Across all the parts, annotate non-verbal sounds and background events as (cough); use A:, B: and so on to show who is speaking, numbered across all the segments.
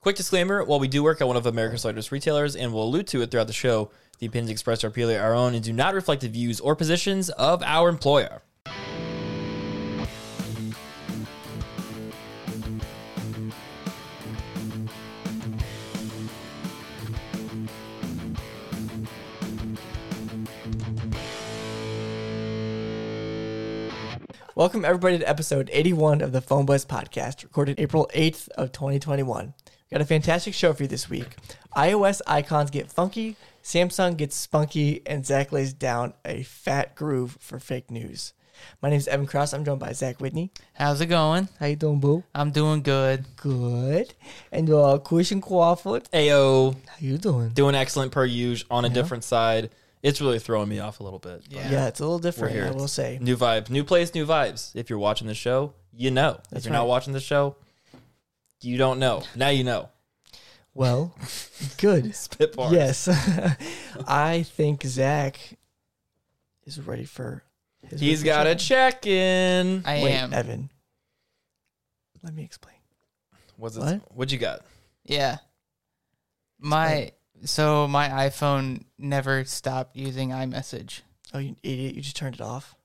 A: Quick disclaimer while we do work at one of America's largest retailers and will allude to it throughout the show, the opinions expressed are purely our own and do not reflect the views or positions of our employer.
B: Welcome everybody to episode 81 of the Phone Buzz podcast, recorded April 8th of 2021. We got a fantastic show for you this week. iOS icons get funky, Samsung gets spunky, and Zach lays down a fat groove for fake news. My name is Evan Cross. I'm joined by Zach Whitney.
C: How's it going?
B: How you doing, boo?
C: I'm doing good.
B: Good. And uh, Christian Crawford.
A: AO,
B: How you doing?
A: doing excellent per usual on a different side. It's really throwing me off a little bit. but
C: Yeah.
B: Yeah, it's a little different,
A: here.
B: I will say.
A: New vibes, new place, new vibes. If you're watching the show, you know. if
B: That's
A: you're
B: right.
A: not watching the show, you don't know. Now you know. (laughs)
B: Well, good.
A: Spit bars.
B: Yes. (laughs) I think Zach is ready for his
A: He's
B: weekly
A: got a
B: check-in.
A: check in.
C: I
B: Wait,
C: am.
B: Evan. Let me explain.
A: What's it?
B: What?
A: What you got?
C: Yeah. My so my iPhone never stopped using iMessage.
B: Oh, you idiot! You just turned it off.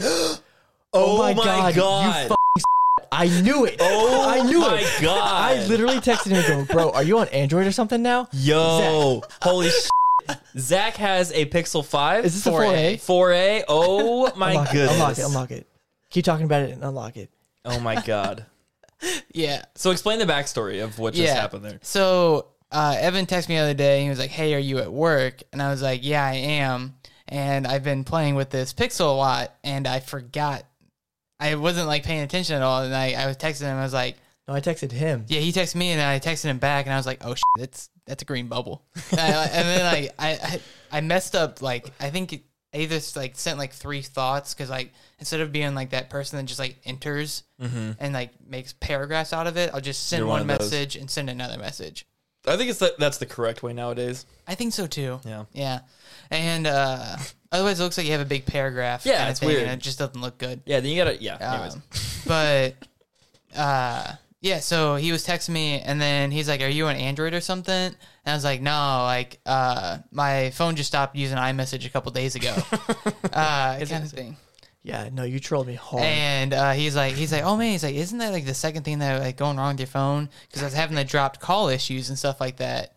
A: Oh my God.
B: You fucking I knew it.
A: Oh
B: I knew
A: my
B: it.
A: God.
B: I literally texted him and go, "Bro, are you on Android or something now?"
A: Yo,
B: (laughs)
A: holy shit. Zach has a Pixel 5.
B: Is this a 4A?
A: 4A.
B: (laughs)
A: Oh (laughs) my
B: Unlock it.
A: goodness.
B: Unlock it. Unlock it. Keep talking about it and unlock it.
A: Oh my god.
C: Yeah.
A: So explain the backstory of what just
C: yeah.
A: happened there.
C: So uh, Evan texted me the other day. And he was like, "Hey, are you at work?" And I was like, "Yeah, I am." And I've been playing with this Pixel a lot, and I forgot. I wasn't like paying attention at all, and I, I was texting him. I was like,
B: No, I texted him.
C: Yeah, he texted me, and I texted him back, and I was like, "Oh shit, that's that's a green bubble." (laughs) and, I, and then like I, I I messed up. Like I think it- I either like sent like three thoughts because like instead of being like that person that just like enters and like makes paragraphs out of it, I'll just send
A: Mm-hmm. You're one
C: one,
A: of those.
C: message and send another message.
A: I think it's the, that's the correct way nowadays.
C: I think so too.
A: Yeah.
C: Yeah, and uh, otherwise it looks like you have a big paragraph.
A: Yeah,
C: kinda
A: it's weird.
C: And it just doesn't look good.
A: Yeah, then you gotta yeah, anyways.
C: Um, (laughs) but uh, yeah, so he was texting me, and then he's like, "Are you on Android or something?" And I was like, "No, like uh, my phone just stopped using iMessage a couple days ago, uh, kind of thing."
B: Yeah, no, you trolled me hard.
C: And uh, he's like, he's like, "Oh man, he's like, isn't that like the second thing that like going wrong with your phone? Because I was having the dropped call issues and stuff like that."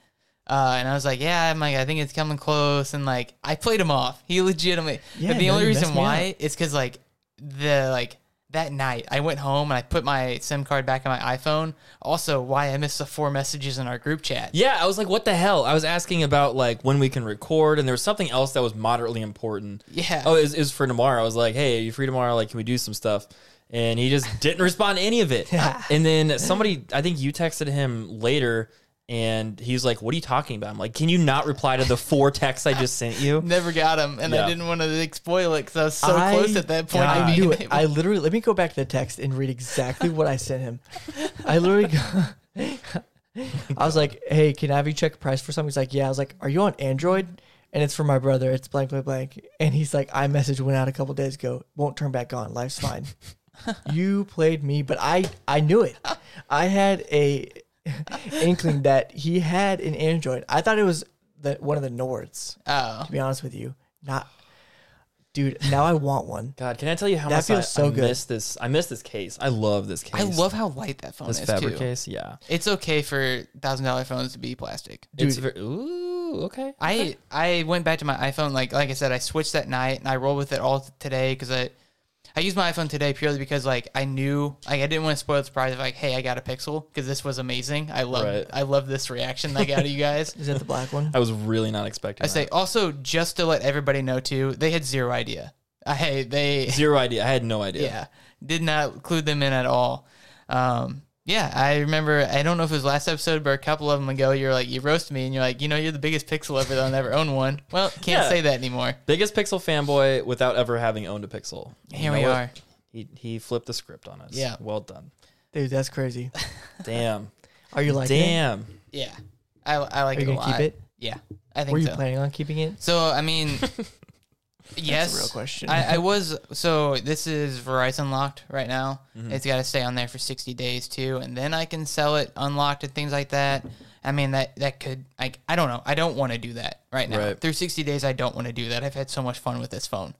C: Uh, and I was like, yeah, I'm like, I think it's coming close. And like, I played him off. He legitimately,
B: Yeah,
C: but the
B: no,
C: only
B: you
C: reason
B: messed me
C: why is because like the, like that night I went home and I put my SIM card back in my iPhone. Also why I missed the four messages in our group chat.
A: Yeah, I was like, what the hell? I was asking about like when we can record, and there was something else that was moderately important.
C: Yeah.
A: Oh, it was, it was for tomorrow. I was like, hey, are you free tomorrow? Like, can we do some stuff? And he just didn't respond to any of
C: (laughs)
A: it. and then somebody, I think you texted him later, and he's like, what are you talking about? I'm like, can you not reply to the four texts I just sent you?
C: (laughs) Never got him. And
A: Yeah.
C: I didn't want to like, spoil it because I was so close at that point.
B: I
C: to
B: knew
C: being
B: it.
C: able- (laughs)
B: I literally let me go back to the text and read exactly what I sent him. I literally, go- (laughs) I was like, "Hey, can I have you check price for something?" He's like, "Yeah." I was like, "Are you on Android?" And it's for my brother. It's blank, blank, blank. And he's like, "I message went out a couple days ago. Won't turn back on. Life's
C: (laughs)
B: fine." you played me, but I I knew it. I had a (laughs) inkling that he had an Android. I thought it was the one of the Nords.
C: oh.
B: To be honest with you, not. Dude, now I want one.
A: God, can I tell you how
B: That
A: much
B: feels
A: I,
B: so
A: I
B: good.
A: miss this? I miss this case. I love this case.
C: I love how light that phone
A: this
C: is
A: fabric
C: too.
A: case. Yeah,
C: It's okay for thousand dollar phones to be plastic.
A: it's very, ooh okay.
C: I I went back to my iPhone like like I said I switched that night and I rolled with it all t- today because I I used my iPhone today purely because like I knew like I didn't want to spoil the surprise of like hey I got a Pixel because this was amazing I love
A: Right.
C: I love this reaction I got out of
A: (laughs)
C: you guys
B: Is that the black
C: (laughs)
B: one?
A: I was really not expecting.
C: I say also just to let everybody know too they had zero idea I they
A: that. zero idea. I had no idea.
C: yeah did not include them in at all um yeah i remember i don't know if it was last episode but a couple of them ago you're like you roast me and you're like you know you're the biggest pixel ever that'll never own one well can't
A: Yeah.
C: say that anymore
A: Biggest Pixel fanboy without ever having owned a Pixel. You
C: here
A: know
C: we
A: what?
C: are
A: He he flipped the script on us.
C: Yeah.
A: Well done.
B: Dude, that's crazy.
A: Damn.
B: Are you like it?
A: Damn.
C: yeah i, I like
B: Are
C: it
B: you
C: a
B: gonna keep
C: lot
B: it?
C: yeah i think
B: Were you (laughs)
C: so
B: planning on keeping it?
C: so i mean Yes.
B: real question.
C: I, I was so this is Verizon locked right now. It's got to stay on there for sixty days too, and then I can sell it unlocked and things like that. I mean that that could like I don't know. I don't want to do that right now.
A: Right.
C: Through sixty days, I don't want to do that. I've had so much fun with this phone,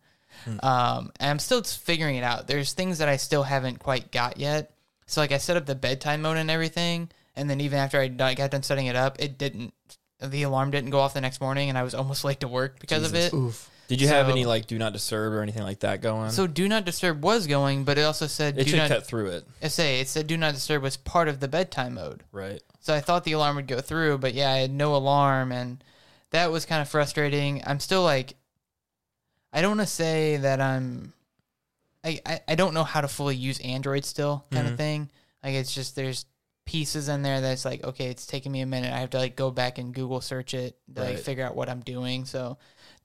C: um, and I'm still figuring it out. There's things that I still haven't quite got yet. So like I set up the bedtime mode and everything, and then even after I done- got done setting it up, it didn't. The alarm didn't go off the next morning, and I was almost (laughs) late to work because of it.
B: Oof.
A: Did you have
C: So-
A: any like do not disturb or anything like that going?
C: So do not disturb was going, but it also said
A: it
C: do
A: should
C: not
A: cut through it,
C: I say it said do not disturb was part of the bedtime mode.
A: right?
C: So I thought the alarm would go through, but yeah, I had no alarm and that was kind of frustrating. I'm still like I don't want to say that I'm I, I, I don't know how to fully use Android still kind of thing. Like it's just there's pieces in there that's like okay, it's taking me a minute. I have to like go back and Google search it to like
A: Right.
C: figure out what I'm doing. So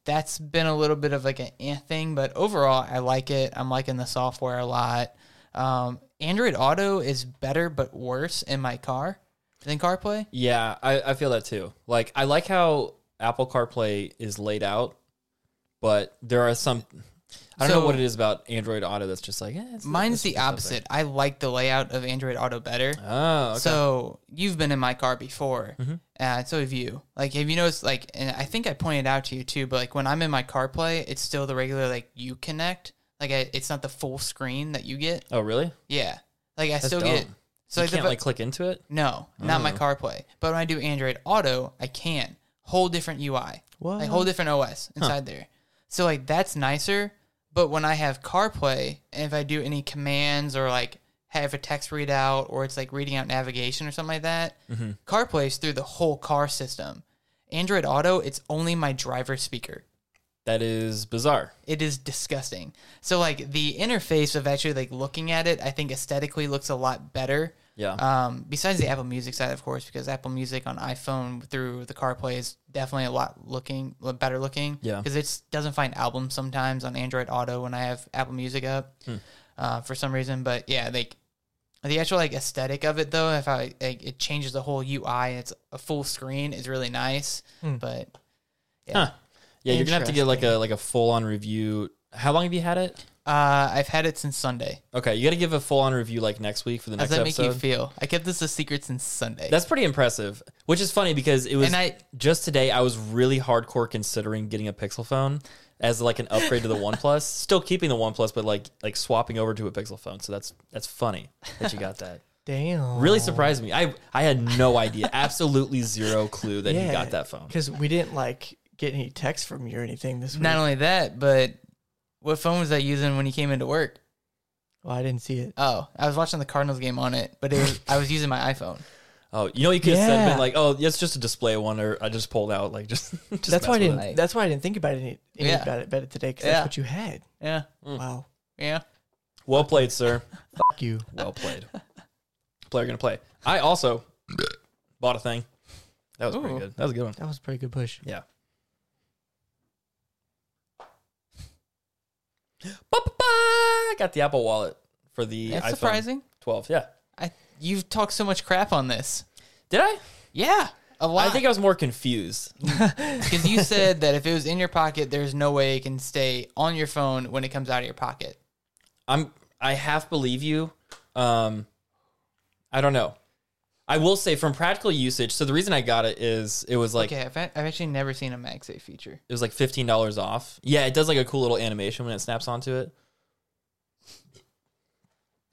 C: that's been a little bit of like an eh thing, but overall I like it. I'm liking the software a lot. Um, Android Auto is better but worse in my car than CarPlay.
A: Yeah, I, I feel that too. Like I like how Apple CarPlay is laid out, but there are some. I don't know
C: So-
A: what it is about Android Auto that's just like eh, it's-
C: Mine's
A: it's
C: the
A: just out
C: opposite. I like the layout of Android Auto better.
A: there. Oh, okay. Mm-hmm.
C: So you've been in my car before, uh, so have you. Like, have you noticed? Like, and I think I pointed out to you too, but like when I'm in my CarPlay, it's still the regular like you connect. Like, I, it's not the full screen that you get.
A: oh really?
C: Yeah, like I still
A: dumb.
C: get. So
A: you
C: like, the
A: can't
C: bu-
A: like click into it.
C: no, not my CarPlay. But when I do Android Auto, I can whole different UI,
B: What?
C: like whole different OS inside there. So like that's nicer. But when I have CarPlay, and if I do any commands or like have a text readout or it's like reading out navigation or something like that, CarPlay's through the whole car system. Android Auto, it's only my driver speaker.
A: That is bizarre.
C: It is disgusting. So like the interface of actually like looking at it, I think aesthetically looks a lot better.
A: Yeah.
C: Um, besides the Apple Music side, of course, because Apple Music on iPhone through the CarPlay is definitely a lot looking a lot better looking.
A: Yeah.
C: Because it doesn't find albums sometimes on Android Auto when I have Apple Music up
A: Hmm.
C: uh, for some reason. But yeah, like the actual like aesthetic of it though, if I like, it changes the whole UI and it's a full screen is really nice. But
A: Huh. Yeah, you're gonna have to get like a like a full on review. How long have you had it?
C: uh, I've had it since Sunday.
A: Okay, you got to give a full on review like next week for the
C: How does
A: next episode.
C: that make you feel? I kept this a secret since Sunday.
A: That's pretty impressive. Which is funny because it was
C: And I-
A: just today. I was really hardcore considering getting a Pixel phone as like an upgrade
B: (laughs)
A: to the OnePlus. Still keeping the OnePlus, but like like swapping over to a Pixel phone. So that's that's funny that you got that.
B: Damn. (laughs)
A: Really surprised me. I I had no idea, absolutely zero clue that
B: Yeah.
A: he got that phone.
B: Because we didn't like get any text from you or anything this week.
C: Not only that, but what phone was I using when he came into work?
B: well, I didn't see it.
C: Oh, I was watching the Cardinals game on it, but it was, I was using my iPhone.
A: Oh, you know you could have said
B: Yeah.
A: been like, oh, it's just a display one, or I just pulled out like (laughs) just. just
B: that's why I
A: mess with
B: didn't.
A: it.
B: That's why I didn't think about it any, any
C: Yeah.
B: about it about it today. Because
C: Yeah. Mm.
B: that's what you had.
C: (laughs) Yeah,
B: Wow.
C: yeah.
A: Well played, sir.
B: Fuck you.
A: Well
B: (laughs)
A: played. Player gonna play. I also bought a thing. That was pretty
C: Ooh.
A: good. That was a good one.
B: That was a pretty good push.
A: Yeah. I got the Apple Wallet for the
C: That's
A: iPhone
C: surprising.
A: 12. Yeah.
C: I you've talked so much crap on this.
A: Did I?
C: Yeah, a lot.
A: I think I was more confused.
C: because you said that if it was in your pocket, there's no way it can stay on your phone when it comes out of your pocket.
A: I'm I half believe you. Um I don't know. I will say from practical usage, so the reason I got it is it was like
C: Okay, I've, I've actually never seen a MagSafe feature.
A: it was like fifteen dollars off. Yeah, it does like a cool little animation when it snaps onto it.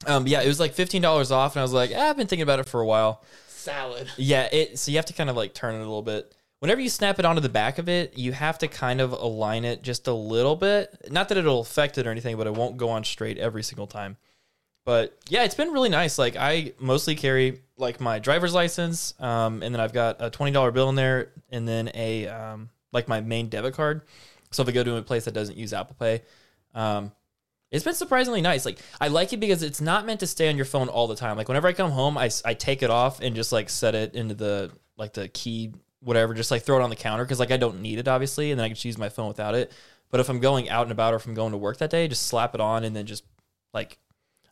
A: Um, but yeah, it was like fifteen dollars off, and I was like, "Ah, I've been thinking about it for a while.
C: Salad.
A: Yeah, it. So you have to kind of like turn it a little bit. Whenever you snap it onto the back of it, you have to kind of align it just a little bit. Not that it'll affect it or anything, but it won't go on straight every single time. But yeah, it's been really nice. Like I mostly carry like my driver's license, um, and then I've got a twenty dollar bill in there, and then a um, like my main debit card. So if I go to a place that doesn't use Apple Pay, um, it's been surprisingly nice. Like I like it because it's not meant to stay on your phone all the time. Like whenever I come home, I, s- I take it off and just like set it into the like the key whatever, just like throw it on the counter because like I don't need it obviously, and then I can just use my phone without it. But if I'm going out and about or if I'm going to work that day, just slap it on and then just like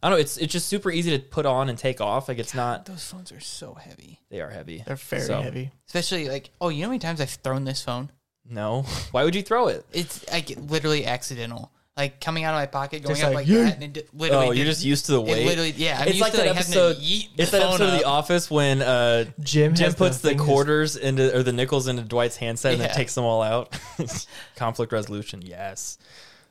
A: I don't know. It's it's just super easy to put on and take off. Like it's not
C: Those phones are so heavy.
A: they are heavy.
B: They're very
A: So,
B: heavy.
C: Especially like, oh, you know how many times I've thrown this phone?
A: No. (laughs) Why would you throw it?
C: It's like literally accidental. Like coming out of my pocket, going
B: Just
C: up
B: like,
C: like
B: yeah.
C: that, and it di- literally.
A: Oh, you're
C: did-
A: just used to the
C: it
A: weight.
C: literally, yeah. I'm
A: it's
C: used
A: like
C: to,
A: that
C: like, having to
A: episode.
C: yeet the
A: It's that
C: phone
A: episode of The
C: up.
A: Office when uh,
B: Jim
A: Jim
B: has
A: puts the
B: thing is-
A: quarters into or the nickels into Dwight's handset and
C: Yeah.
A: then takes them all (laughs) out. Conflict resolution, yes.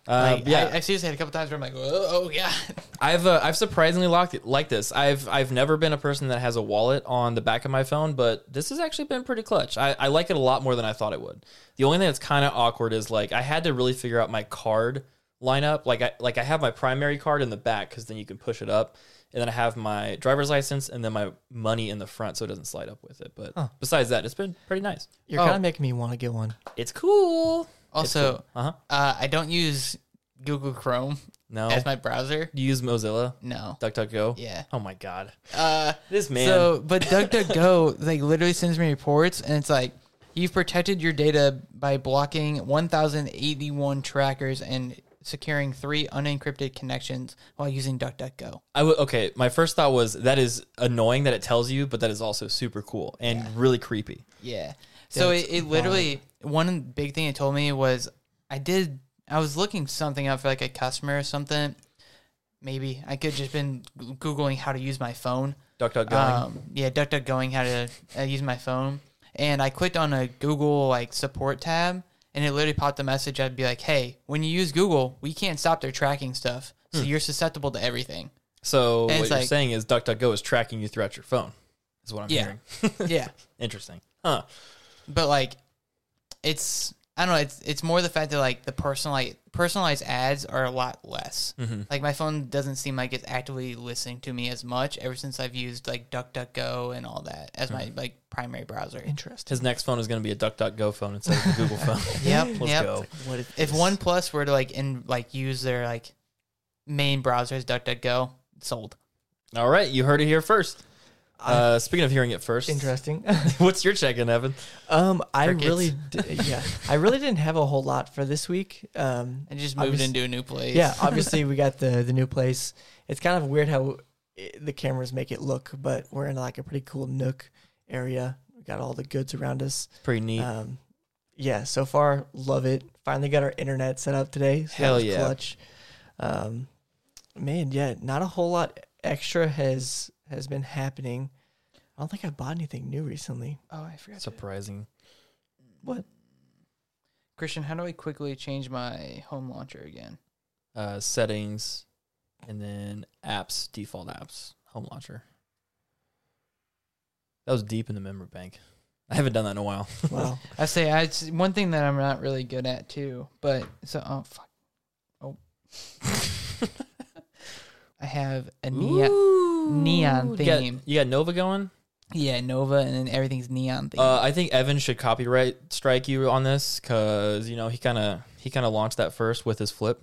A: Uh,
C: Like,
A: yeah,
C: I, I've seriously had a couple times where I'm like, oh, oh yeah. (laughs)
A: I've uh, I've surprisingly locked it like this. I've I've never been a person that has a wallet on the back of my phone, but this has actually been pretty clutch. I, I like it a lot more than I thought it would. The only thing that's kind of awkward is like I had to really figure out my card lineup. Like I like I have my primary card in the back because then you can push it up, and then I have my driver's license and then my money in the front so it doesn't slide up with it. But besides that, it's been pretty nice.
B: You're
C: Oh.
B: kind of making me want to get one.
A: It's cool.
C: Also,
A: Uh huh.
C: uh, I don't use Google Chrome
A: No,
C: as my browser.
A: do you use Mozilla?
C: No.
A: DuckDuckGo.
C: Yeah.
A: Oh my god,
C: Uh,
A: this man.
C: So, but DuckDuckGo (laughs) like literally sends me reports, and it's like you've protected your data by blocking 1,081 trackers and securing three unencrypted connections while using DuckDuckGo.
A: I w- okay. My first thought was that is annoying that it tells you, but that is also super cool and really creepy.
C: Yeah. So it, it literally one big thing it told me was I did I was looking something up for like a customer or something. Maybe I could just been googling how to use my phone.
A: Duck, duck, going.
C: Um, yeah, DuckDuckGoing how to uh, use my phone, and I clicked on a Google like support tab, and it literally popped a message. I'd be like, "Hey, when you use Google, we can't stop their tracking stuff, so
A: Hmm.
C: you're susceptible to
A: (laughs)
C: everything."
A: so what
C: and
A: you're
C: it's like-
A: saying is DuckDuckGo is tracking you throughout your phone. Is what I'm
C: Yeah.
A: hearing.
C: (laughs) yeah,
A: (laughs) Interesting. Huh.
C: but like, it's I don't know. It's it's more the fact that like the personal like personalized ads are a lot less.
A: Mm-hmm.
C: Like my phone doesn't seem like it's actively listening to me as much ever since I've used like DuckDuckGo and all that as my like primary browser.
B: Interesting.
A: His next phone is going to be a DuckDuckGo phone instead of a
C: (laughs)
A: Google phone.
C: Yep.
A: (laughs) Let's
C: yep.
A: go.
B: What is
C: if
B: this?
C: OnePlus were to like in like use their like main browser as DuckDuckGo, sold.
A: All right, you heard it here first. Uh, speaking of hearing it first,
C: (laughs)
B: interesting?
A: (laughs) what's your check-in, Evan?
B: um, I
C: Crickets.
B: really, d-
A: (laughs)
B: yeah, I really didn't have a whole lot for this week. Um,
C: I just moved
B: Obvious-
C: into a new
A: (laughs)
C: place. (laughs)
B: yeah, obviously we got the the new place. It's kind of weird how it, the cameras make it look, but we're in like a pretty cool nook area. We got all the goods around us.
A: Pretty neat.
C: Uh,
B: Um, yeah, so far love it. Finally got our internet set up today. So
A: Hell
B: that was
A: yeah.
B: Clutch. Um, man, yeah, not a whole lot extra has has been happening. I don't think I bought anything
A: (laughs)
B: new recently.
C: Oh, I forgot.
A: Surprising.
B: What?
C: Christian, how do I quickly change my home launcher again?
A: Uh, settings, and then apps, default apps, home launcher. That was deep in the memory bank. I haven't done that in a while.
B: Wow.
C: I say I it's one thing that I'm not really good at too, but so oh fuck. Oh.
A: (laughs)
C: I have a neon neon
A: You got-
C: theme.
A: You got Nova going.
C: Yeah, Nova and then everything's neon theme.
A: Uh, I think Evan should copyright strike you on this because you know he kind of he kind of launched that first with his flip.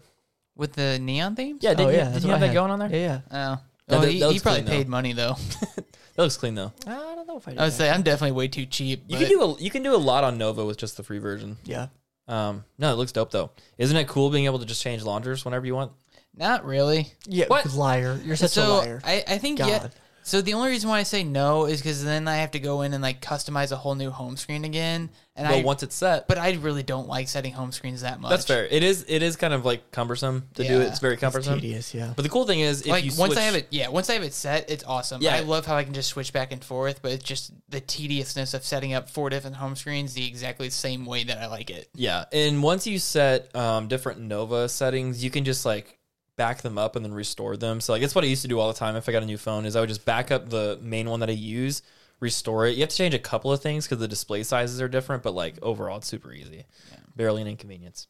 C: With the neon theme?
A: Yeah, did
B: Oh,
A: you,
B: yeah,
A: did
B: that's
A: you
B: what
A: have that
B: I had.
A: going on there?
B: Yeah, yeah.
C: Oh.
A: No,
C: Oh,
A: that-
C: he,
A: that
C: he
A: was
C: probably
A: clean, though.
C: paid money though.
A: That looks clean though.
B: I don't know if I did.
C: I would
B: that.
C: say I'm definitely way too cheap.
A: You can
C: but-
A: do a you can do a lot on Nova with just the free version.
B: Yeah.
A: Um, no, it looks dope though. Isn't it cool being able to just change launders whenever you want?
C: Not really.
B: Yeah.
A: What?
B: Liar. You're such a
C: so
B: liar.
C: I, I think yeah.
B: God.
C: So the only reason why I say no is because then I have to go in and like customize a whole new home screen again. And
A: Well,
C: I
A: once it's set,
C: but I really don't like setting home screens that much.
A: that's fair. It is it is kind of like cumbersome to do.
C: Yeah.
A: it. It's very
B: It's
A: cumbersome.
B: tedious, yeah.
A: But the cool thing is, if
C: Like
A: you
C: once I
A: switch-
C: have it, yeah. Once I have it set, it's awesome.
A: Yeah.
C: I love how I can just switch back and forth, but it's just the tediousness of setting up four different home screens the exactly same way that I like it.
A: Yeah, and once you set um, different Nova settings, you can just like back them up and then restore them. So like that's what I used to do all the time if I got a new phone is I would just back up the main one that I use, restore it. You have to change a couple of things because the display sizes are different, but like overall it's super easy, barely an inconvenience.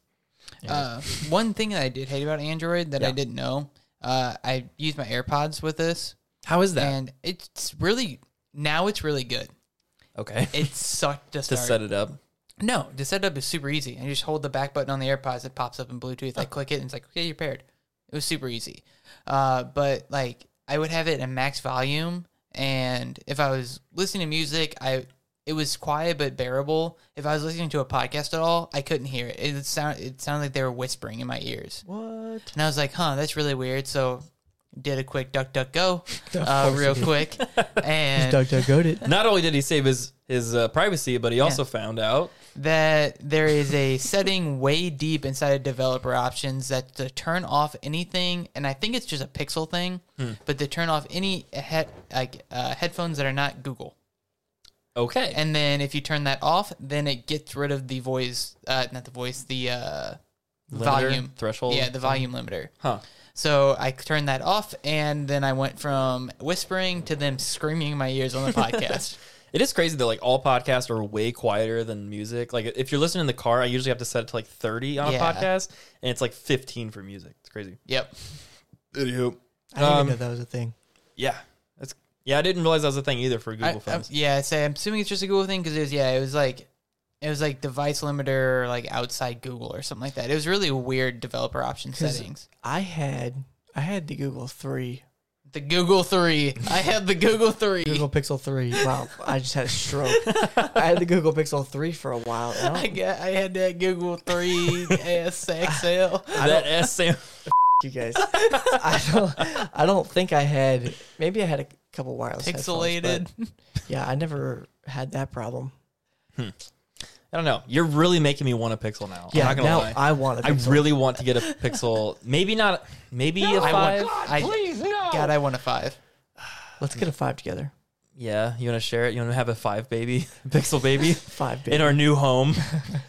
C: Uh, one thing that I did hate about Android that I
A: Yeah.
C: didn't know, uh, I used my AirPods with this,
A: How is that?
C: and it's really now it's really good.
A: okay, (laughs)
C: It (laughs) sucked to
A: to
C: start.
A: set it up.
C: No, the setup is super easy. I just hold the back button on the AirPods, it pops up in Bluetooth.
B: Oh.
C: I click it, and it's like, okay, you're paired. It was super easy. Uh, but like, I would have it in max volume, and if I was listening to music, I it was quiet but bearable. If I was listening to a podcast at all, I couldn't hear it. It sound it sounded like they were whispering in my ears,
B: what?
C: and I was like, huh, that's really weird. So. Did a quick duck duck go,
B: (laughs) Of
C: uh,
B: course
C: real
B: you did. (laughs)
C: quick, and
B: Doug Doug
A: (laughs)
B: goaded.
A: Not only did he save his his uh, privacy, but he also found out
C: that there is a setting way deep inside of developer options that to turn off anything, and I think it's just a pixel thing,
A: Hmm.
C: but to turn off any head like uh, headphones that are not Google.
A: Okay.
C: And then if you turn that off, then it gets rid of the voice, uh, not the voice, the uh,
A: Limiter,
C: volume
A: threshold.
C: Yeah, the volume limiter.
A: huh.
C: So I turned that off, and then I went from whispering to them screaming in my
A: (laughs)
C: ears on the podcast.
A: It is crazy that like all podcasts are way quieter than music. Like if you're listening in the car, I usually have to set it to like 30 on
C: Yeah.
A: a podcast, and it's like 15 for music. It's crazy.
C: yep.
A: Anywho,
B: I didn't
A: Um,
B: even know that was a thing.
A: yeah, that's yeah. I didn't realize that was a thing either for
C: I-
A: Google
C: I'm-
A: phones.
C: yeah, I say I'm assuming it's just a Google thing because it was yeah, it was like it was like device limiter or like outside Google or something like that. It was really weird developer option
B: 'Cause-
C: settings.
B: I had I had the Google three,
C: The Google three. I had the Google three.
B: Google Pixel three. (laughs) Wow, I just had a stroke. I had the Google Pixel three for a while. and I
C: (laughs) I
B: don't
C: got I had that Google three (laughs)
A: (laughs)
C: SXL.
A: that S Sam.
B: you guys. I don't. I don't think I had. Maybe I had a couple wireless
C: Pixelated.
B: headphones, but yeah, I never had that problem.
A: I don't know. You're really making me want a Pixel now.
B: Yeah,
A: I'm not gonna
B: now
A: lie.
B: I want a
A: I
B: Pixel.
A: really want to get a Pixel. Maybe not. Maybe a
C: I
A: five.
C: want, I, please no. God, I want a five.
B: Let's get a five together.
A: Yeah, you want to share it? You want to have a five baby, (laughs) Pixel baby,
B: Five.
A: in
B: Baby.
A: our new home?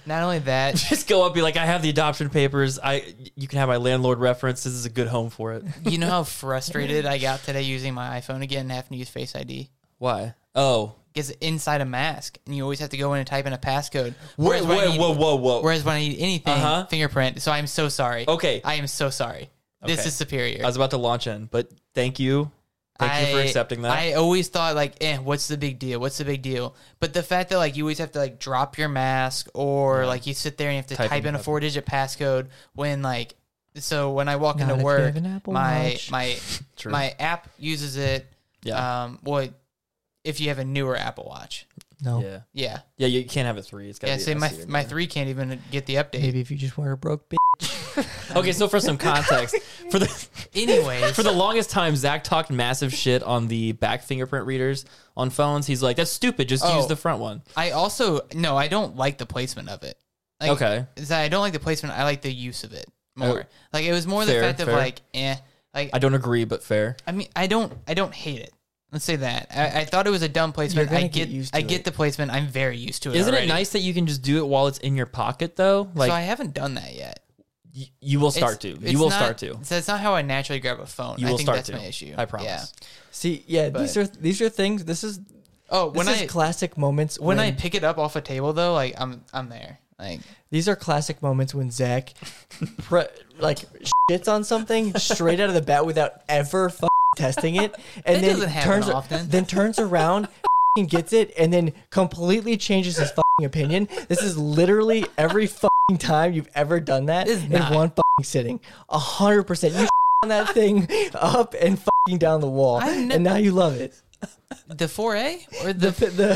C: Not only that,
A: (laughs)
C: (laughs)
A: Just go up, be like, I have the adoption papers. I, you can have my landlord reference. This is a good home for it.
C: you know how frustrated I got today using my iPhone again and having to use Face ID.
A: Why? Oh,
C: Because inside a mask, and you always have to go in and type in a passcode.
A: wait,
C: Whereas when I
A: wait,
C: need-
A: whoa, whoa, whoa.
C: Whereas when I need anything,
A: Uh-huh.
C: fingerprint. So I'm so sorry.
A: okay,
C: I am so sorry. This
A: Okay.
C: is superior.
A: I was about to launch in, but thank you, thank you for
C: I-
A: accepting that.
C: I always thought like, eh, what's the big deal? What's the big deal? But the fact that like you always have to like drop your mask or like you sit there and you have to
A: Type
C: type
A: in
C: in a
A: up.
C: four digit passcode when like so when I walk
B: Not if
C: into
B: you
C: work,
B: have an Apple
C: my
B: Watch.
C: my
B: (laughs)
A: True.
C: my app uses it.
A: yeah,
C: Um, well, if you have a newer Apple Watch,
B: no.
A: yeah,
C: yeah,
A: yeah. You can't have a three. It's got
C: uh, yeah. Say my my three can't even get the update.
B: Maybe if you just were a broke bitch.
A: Okay, so for
C: (laughs)
A: some context, for the
C: Anyways,
A: for the longest time, Zach talked massive shit on the back fingerprint readers on phones. He's like, "That's stupid. Just
C: Oh.
A: use the front one."
C: I also no, I don't like the placement of it. Like,
A: Okay.
C: is that I don't like the placement. I like the use of it more.
A: Oh.
C: like it was more
A: Fair,
C: the fact
A: fair.
C: of like, eh. Like
A: I don't agree, but fair.
C: I mean, I don't, I don't hate it. Let's say that. I, I thought it was a dumb placement.
B: You're
C: I
B: gonna
C: get,
B: get used
C: I
B: to
C: get
B: it.
C: the placement. I'm very used to it.
A: Isn't it
C: already.
A: nice that you can just do it while it's in your pocket though? Like
C: so I haven't done that yet.
A: y- you will
C: It's-
A: start to.
C: it's
A: You will
C: not-
A: start to.
C: So that's not how I naturally grab a phone.
A: You
C: I
A: will
C: think
A: start
C: that's
A: to.
C: my issue.
A: I promise.
C: Yeah.
B: See, yeah,
C: But-
B: these are these are things. This is this
C: Oh, when
B: is
C: I
B: classic moments
C: when I pick it up off a table though, like I'm, I'm there. Like
B: These are classic moments when
C: (laughs)
B: Zach, pre- like, shits on something straight out of the bat without ever f- testing it,
C: That
B: and then
C: doesn't happen
B: turns
C: often.
B: then turns around, f***ing gets it, and then completely changes his f***ing opinion. This is literally every f***ing time you've ever done that
C: It's
B: in
C: not.
B: one f***ing sitting. A hundred percent, you on that thing up and f***ing down the wall,
C: I ne-
B: and now you love it.
C: the 4A or
B: The
C: the
B: the (laughs)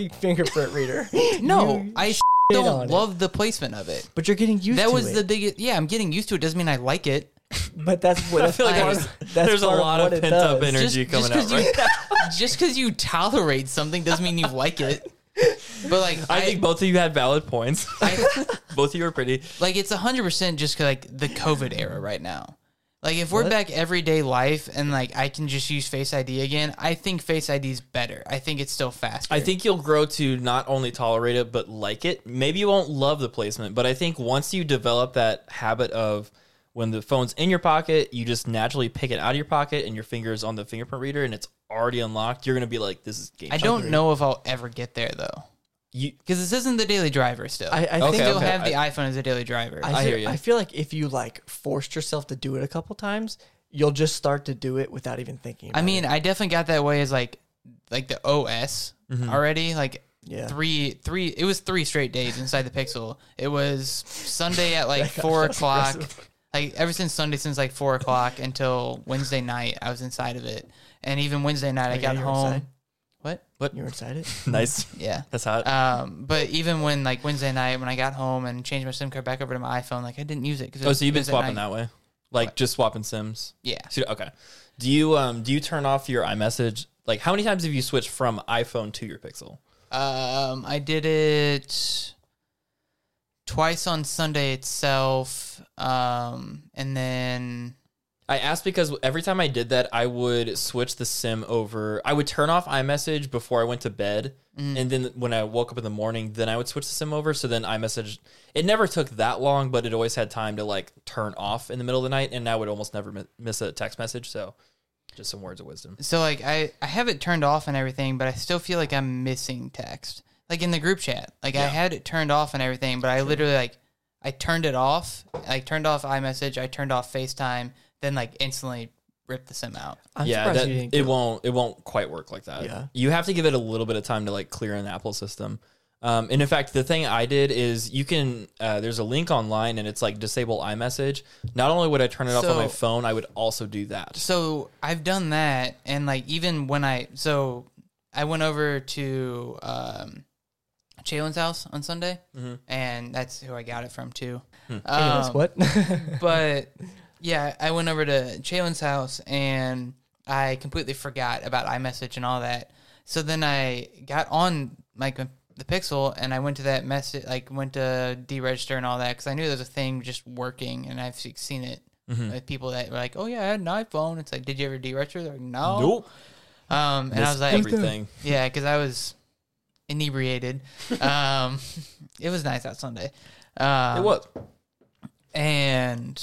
B: f***ing fingerprint reader.
C: no,
B: You
C: I
B: shit
C: don't
B: on it.
C: love the placement of it.
B: But you're getting used
C: That
B: to
C: was
B: it.
C: the biggest. Yeah, I'm getting used to it. Doesn't mean I like it.
B: But that's
A: (laughs)
B: what that's
A: feel like
B: part,
A: there's-
B: that's
A: there's a
B: part
A: lot
B: of
A: of
B: what it
A: pent-up
B: does.
A: energy. coming out,
C: 'cause You, (laughs) just 'cause you tolerate something doesn't mean you like it. But like,
A: I, think both of you had valid points. (laughs)
C: I-
A: both of you are pretty.
C: like it's hundred percent just 'cause, like the COVID era right now. Like if we're
B: What?
C: back everyday life and like I can just use Face ID again, I think Face ID is better. I think it's still faster.
A: I think you'll grow to not only tolerate it but like it. Maybe you won't love the placement, but I think once you develop that habit of when the phone's in your pocket, you just naturally pick it out of your pocket and your fingers on the fingerprint reader and it's already unlocked, you're gonna be like, This is game.
C: I don't know if I'll ever get there though,
A: you
C: because this isn't the daily driver still.
B: I, I think
A: Okay,
C: Still
A: okay.
C: have the iPhone as a daily driver.
B: I,
A: I
B: feel,
A: hear you.
B: I feel like if you like forced yourself to do it a couple times, you'll just start to do it without even thinking. About
C: I mean,
B: it.
C: I definitely got that way as like like the OS
A: Mm-hmm.
C: already. Like
B: Yeah.
C: three three it was three straight days inside the pixel. It was
B: (laughs)
C: Sunday at like four o'clock. Like ever since Sunday since like four o'clock until Wednesday night I was inside of it. And even Wednesday night I
B: Like,
C: got
B: you were
C: home.
B: inside?
C: What?
B: you were
A: (laughs)
B: inside it.
A: (laughs) nice. Uh,
C: Yeah.
A: That's hot.
C: Um, but even when like Wednesday night when I got home and changed my SIM card back over to my iPhone, like I didn't use it because
A: oh, so you've been swapping that way? Like just swapping Sims.
C: Yeah.
A: So- okay. Do you um do you turn off your iMessage? Like how many times have you switched from iPhone to your Pixel?
C: Um, I did it twice on Sunday itself, um, and then
A: I asked because every time I did that, I would switch the sim over. I would turn off iMessage before I went to bed, and then when I woke up in the morning, then I would switch the sim over. So then iMessage, it never took that long, but it always had time to like turn off in the middle of the night, and I would almost never mi- miss a text message. So, just some words of wisdom.
C: so like I I have it turned off and everything, but I still feel like I'm missing text, like in the group chat. Like I had it turned off and everything, but I literally like I turned it off, like turned off iMessage, I turned off FaceTime, then like instantly ripped the sim out.
B: I'm
A: yeah,
B: surprised
A: that-
B: you didn't.
A: it
B: It,
A: won't it won't quite work like that.
B: Yeah.
A: you have to give it a little bit of time to like clear an Apple system. Um, and in fact, the thing I did is you can uh, there's a link online and it's like disable iMessage. Not only would I turn it off on
C: So-
A: my phone, I would also do that.
C: So I've done that, and like even when I so I went over to um, Jalen's house on Sunday, and that's who I got it from too. Um,
B: what? (laughs)
C: but yeah, I went over to Jalen's house and I completely forgot about iMessage and all that. So then I got on my com- the Pixel and I went to that message, like went to deregister and all that because I knew there was a thing just working and I've se- seen it.
A: Hmm. Mm-hmm.
C: With people that were like, "Oh yeah, I had an iPhone." It's like, "Did you ever deregister?" They're like, "No."
A: Nope,
C: Um, and I
A: Missed
C: was like,
A: everything.
C: yeah, because I was
A: (laughs)
C: inebriated. um, it was nice out Sunday. Um,
A: it was.
C: And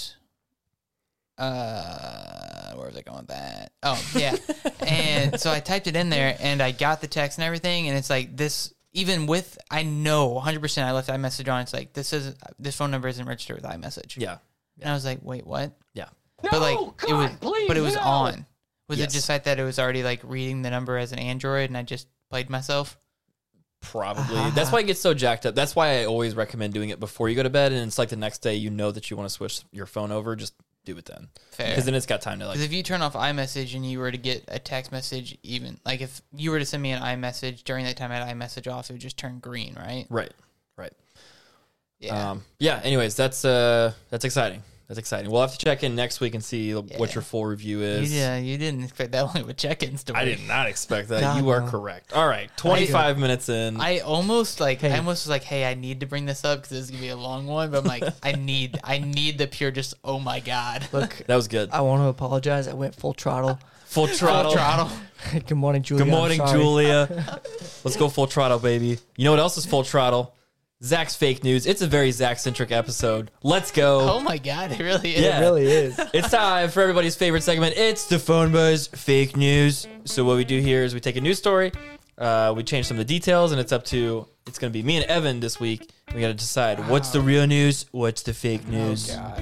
C: uh, where was I going with that? Oh,
A: (laughs)
C: yeah. and so I typed it in there, and I got the text and everything, and it's like this. Even with, I know 100. percent I left iMessage on. It's like this is this phone number isn't registered with iMessage.
A: Yeah,
C: And I was like, wait, what?
A: yeah.
C: but like it was, but it was on. Was
A: Yes.
C: it just like that? It was already like reading the number as an Android, and I just played myself.
A: Probably. That's why it gets so jacked up. That's why I always recommend doing it before you go to bed. And it's like the next day, you know that you want to switch your phone over. Just do it then,
C: Fair.
A: because
C: Because
A: then it's got time to like.
C: if you turn off iMessage and you were to get a text message, even like if you were to send me an iMessage during that time, I had iMessage off, it would just turn green, right?
A: Right, right.
C: Yeah.
A: Um, yeah. Anyways, that's uh, that's exciting. That's exciting. We'll have to check in next week and see what
C: Yeah.
A: your full review
C: You-
A: is.
C: yeah, you didn't expect that (laughs) one with check-ins to.
A: I
C: work.
A: did not expect that.
B: God,
A: you are
B: no.
A: correct. All right, twenty-five minutes in.
C: I almost like
B: Hey.
C: I almost was like, hey, I need to bring this up because this is gonna be a long one. But I'm like, I need, I need the pure. Just oh my god,
B: Look,
A: that was good.
B: I want to apologize. I went full throttle. (laughs)
A: Full
C: Full
A: throttle.
C: throttle.
B: Good morning, Julia.
A: Good
B: I'm
A: morning,
B: sorry.
A: Julia. Let's go full throttle, baby. You know what else is full throttle? Zach's fake news. It's a very Zach-centric episode. Let's
C: Oh
A: go.
C: my god, it really is.
A: Yeah.
B: It really is.
A: It's time for everybody's favorite segment. It's the phone buzz fake news. So what we do here is we take a news story, uh, we change some of the details, and it's up to it's going to be me and Evan this week. We got to decide what's the real news, what's the fake
B: Oh,
A: news.
C: Oh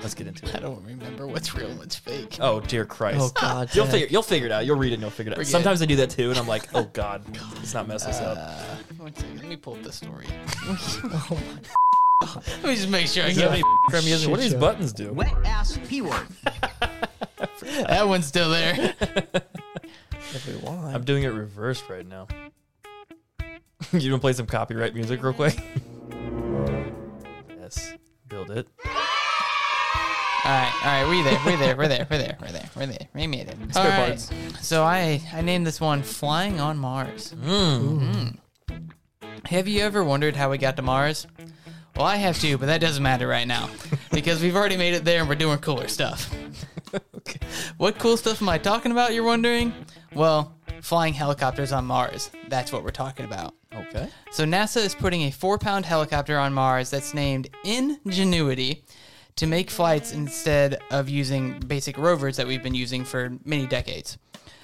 A: Let's get into it.
C: (laughs) I don't remember what's real and what's fake.
A: (laughs) Oh dear Christ!
B: Oh God.
A: You'll
B: yeah.
A: figure you'll figure it out. You'll read it and you'll figure it out.
C: Forget it.
A: Sometimes I do that too, and I'm like, oh God, let's not mess this up.
C: One second, let me pull up the story. (laughs) let me just make sure I
A: Do you
C: get
B: (laughs)
A: have any crumb users? What do these
B: Shit show.
A: buttons do?
D: Wet ass P word.
C: (laughs) that one's still there.
B: if we want.
A: I'm doing it reversed right now. (laughs) you wanna play some copyright music real quick? yes. Build it.
C: All right, all right, we're there, we're there, we're there, we're there, we're there, we're there. We made it. All right.
A: parts.
C: So I I named this one "Flying on Mars." Mm. Have you ever wondered how we got to Mars? Well, I have too, but that doesn't matter right now because we've already made it there and we're doing cooler stuff. What cool stuff am I talking about? You're wondering. Well, flying helicopters on Mars. That's what we're talking about.
A: Okay.
C: So NASA is putting a four-pound helicopter on Mars that's named Ingenuity to make flights instead of using basic rovers that we've been using for many decades.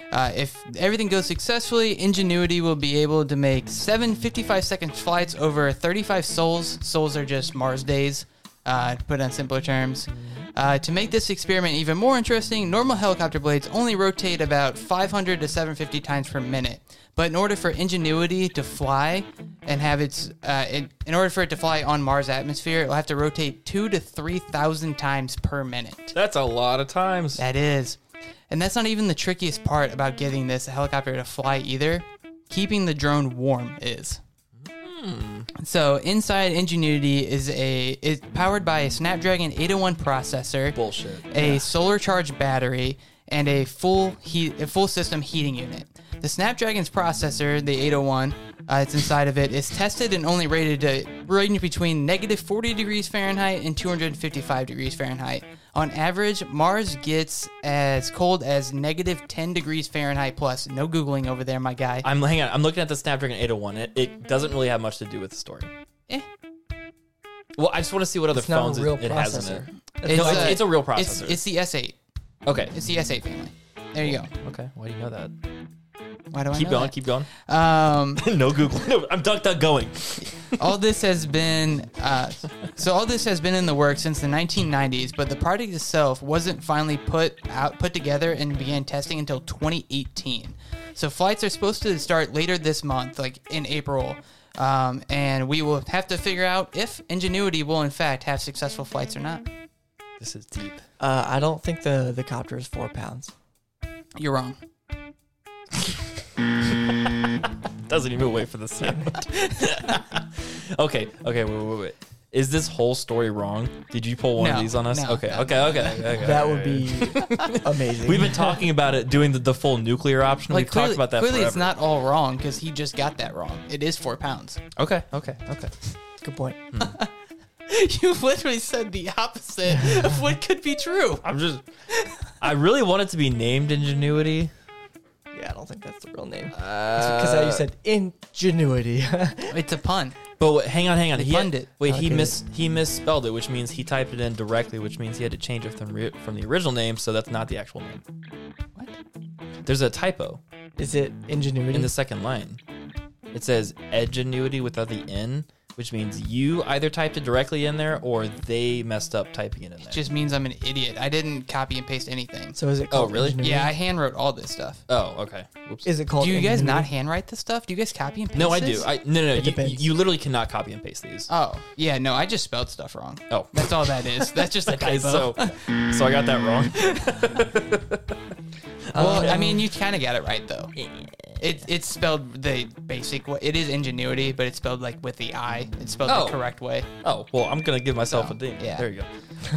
C: Uh, if everything goes successfully, Ingenuity will be able to make seven 55-second flights over 35 sols. Sols are just Mars days, uh, to put it on simpler terms. Uh, to make this experiment even more interesting, normal helicopter blades only rotate about 500 to 750 times per minute. But in order for Ingenuity to fly and have its, uh, in, in order for it to fly on Mars atmosphere, it'll have to rotate two to 3,000 times per minute.
A: That's a lot of times.
C: That is. And that's not even the trickiest part about getting this helicopter to fly either. Keeping the drone warm is. Hmm. So inside Ingenuity is a is powered by a Snapdragon 801 processor,
A: Bullshit.
C: a solar charged battery, and a full heat, a full system heating unit. The Snapdragon's processor, the 801, uh, it's inside of it, is tested and only rated to range between negative 40 degrees Fahrenheit and 255 degrees Fahrenheit. On average, Mars gets as cold as negative 10 degrees Fahrenheit plus. No googling over there, my guy.
A: I'm hang on. I'm looking at the Snapdragon 801. It, it doesn't really have much to do with the story.
C: Eh.
A: Well, I just want to see what other
B: It's not a
A: phones it,
B: real
A: it has in it.
B: processor.
A: no, it's,
C: uh,
A: it's a real
C: It's,
A: processor.
C: it's the S8.
A: okay.
C: It's the S8 family. There you go.
A: Okay. Why do you know that?
C: Why do I
A: Keep
C: know
A: going.
C: that?
A: Keep going. (laughs)
C: Um,
A: no Google. (laughs) No, I'm duck duck going.
C: all this has been uh, so all this has been in the works since the 1990s, but the product itself wasn't finally put out put together and began testing until 2018. So flights are supposed to start later this month, like in April. Um, and we will have to figure out if Ingenuity will in fact have successful flights or not.
A: This is deep.
B: Uh, I don't think the the copter is four pounds.
C: You're wrong.
A: Doesn't even wait for the sound. (laughs) okay. Okay. Wait. Wait. Wait. Is this whole story wrong? Did you pull one of
C: No,
A: these on us?
C: no,
A: okay,
C: no,
A: okay. Okay. Okay. Okay.
B: That
A: (laughs)
B: would be amazing.
A: We've been talking about it doing the, the full nuclear option.
C: Like
A: We've
C: clearly,
A: talked about that.
C: clearly
A: forever.
C: it's not all wrong because he just got that wrong. It is four pounds. (laughs)
A: Okay. Okay. Okay.
B: good point.
C: you literally said the opposite of what could be true.
A: I'm just. I really want it to be named Ingenuity.
B: Yeah, I don't think that's the real name. Because how you said ingenuity. (laughs)
C: It's a pun.
A: But wait, hang on, hang on.
C: They
A: He
C: fund it.
A: Wait, he
B: Okay.
A: mis he misspelled it, which means he typed it in directly, which means he had to change it from re- from the original name. So that's not the actual name.
C: What?
A: There's a typo
B: is it ingenuity?
A: in the second line. It says edgenuity without the n, which means you either typed it directly in there or they messed up typing it in there.
C: Just means I'm an idiot. I didn't copy and paste anything.
B: so is it called
A: Oh, really?
B: ingenuity?
C: Yeah, I handwrote all this stuff.
A: oh, okay. Whoops.
B: Is it called
C: Do you guys
B: ingenuity?
C: not handwrite this stuff? Do you guys copy and paste?
A: no, I do.
C: this?
A: I no no. no you,
B: depends.
A: you literally cannot copy and paste these.
C: oh, yeah, no, I just spelled stuff wrong.
A: oh.
C: That's all that is. That's just a
A: (laughs) Okay,
C: typo.
A: so so I got that
C: (laughs)
A: wrong.
C: well,
B: Okay.
C: I mean, you kind of got it right though. It, it's spelled the basic way. It is ingenuity, but it's spelled like with the I. It's spelled
A: Oh.
C: the
A: (laughs)
C: correct way.
A: Oh well, I'm gonna give myself a ding.
C: Oh, yeah.
A: There you go.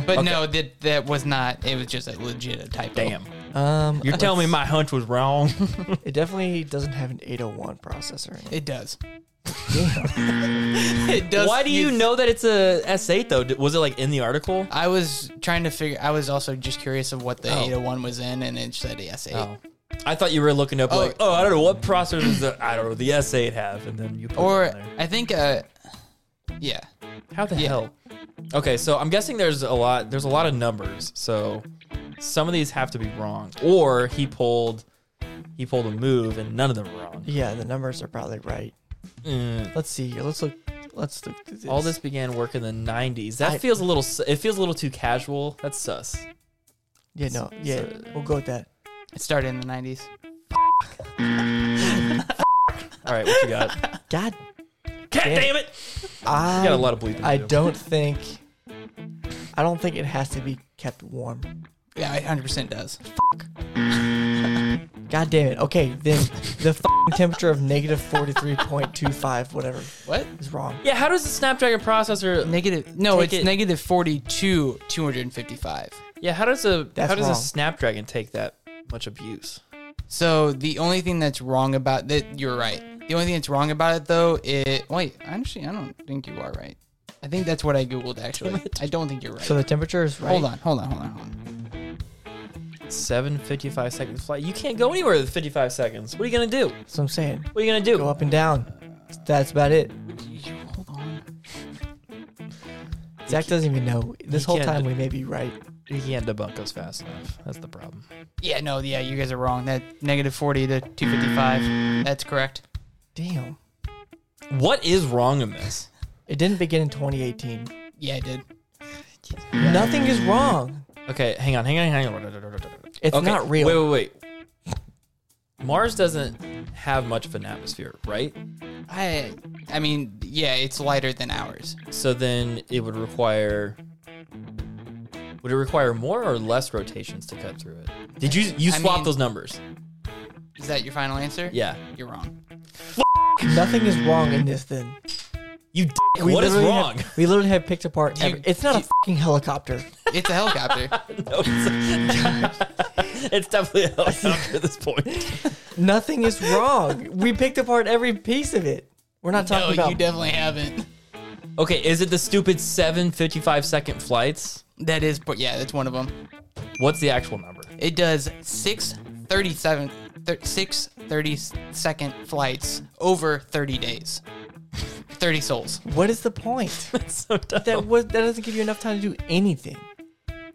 C: But no, that that was not. It was just a legit a typo.
A: Damn.
B: Um,
A: You're telling me my hunch was
C: (laughs)
A: wrong.
B: it definitely doesn't have an 801 processor. In it.
C: It does. (laughs) it does.
A: Why do you know that it's a S8 though? Did- Was it like in the article?
C: I was trying to figure. I was also just curious of what the
A: Oh.
C: 801 was in, and it said S8.
A: I thought you were looking up
C: Oh.
A: like, oh, I don't know what processors does the I don't know the S8 have, and then you put it
C: Or
A: in
C: I think, uh, yeah,
A: there. How the
C: yeah.
A: hell? Okay, so I'm guessing there's a lot. There's a lot of numbers, so some of these have to be wrong, or he pulled he pulled a move and none of them were wrong.
B: Yeah, the numbers are probably right.
A: Mm.
B: Let's see. here. Let's look. Let's look. through
A: All this began work in the '90s. That
B: I-
A: feels a little. su- It feels a little too casual. That's sus.
B: Yeah, no. Yeah, we'll go with that.
C: it started in the 90s.
A: All right, what you got?
B: (laughs) God,
A: God
B: Damn.
A: damn it!
B: I
A: You got a lot of bleeping. to
B: I
A: do.
B: don't think. I don't think it has to be kept warm.
C: Yeah, it 100% does.
B: God damn it. Okay, then the fing temperature of negative 43.25, whatever,
C: What?
B: is wrong.
A: Yeah, how does the Snapdragon processor?
C: Negative? No,
A: Take
C: it's
A: it-
C: negative 42, 255.
A: Yeah, how does a
B: That's
A: how does
B: wrong.
A: a Snapdragon take that much abuse?
C: So the only thing that's wrong about that, you're right. The only thing that's wrong about it though, it wait, actually, I don't think you are right. I think that's what I googled actually. I don't think you're right.
B: So the temperature is right.
C: hold on, hold on, hold on, hold on.
A: Seven fifty-five second flight. You can't go anywhere with fifty-five seconds. What are you gonna do?
B: That's what I'm saying.
A: What are you gonna do?
B: Go up and down. That's about it.
C: Hold on.
B: Zach doesn't even know. This
A: he
B: whole
A: can't
B: time
A: do-
B: we may be right.
A: You can't debunk us fast enough. That's the problem.
C: Yeah, no, yeah, you guys are wrong. That negative 40 to 255. That's correct.
B: Damn.
A: What is wrong in this?
B: It didn't begin in 2018.
C: Yeah, I did.
B: Nothing is wrong.
A: Okay, hang on, hang on, hang on.
B: It's
A: Okay,
B: not real.
A: Wait, wait, wait. Mars doesn't have much of an atmosphere, right?
C: I I mean, yeah, it's lighter than ours.
A: So then it would require would it require more or less rotations to cut through it? Did you you
C: I
A: swap
C: mean-
A: those numbers?
C: Is that your final answer?
A: Yeah.
C: You're wrong.
B: Nothing is wrong in this then.
A: You dick, what is
B: literally
A: wrong?
B: have- we literally have picked apart.
C: You-
B: every- it's not a
C: you-
B: fucking helicopter.
C: It's a
B: (laughs)
C: helicopter.
A: No, (laughs) (laughs) it's, it's definitely a helicopter at this (laughs) point.
B: Nothing is wrong. we picked apart every piece of it. We're not
C: no,
B: talking
C: you
B: about.
C: definitely haven't.
A: Okay, is it the stupid seven 55 second flights?
C: That is, but yeah, that's one of them.
A: What's the actual (laughs) number?
C: It does six thirty-seven, thir- six thirty-second flights over thirty days, thirty souls.
B: what is the point?
A: so dumb.
B: that was that doesn't give you enough time to do anything.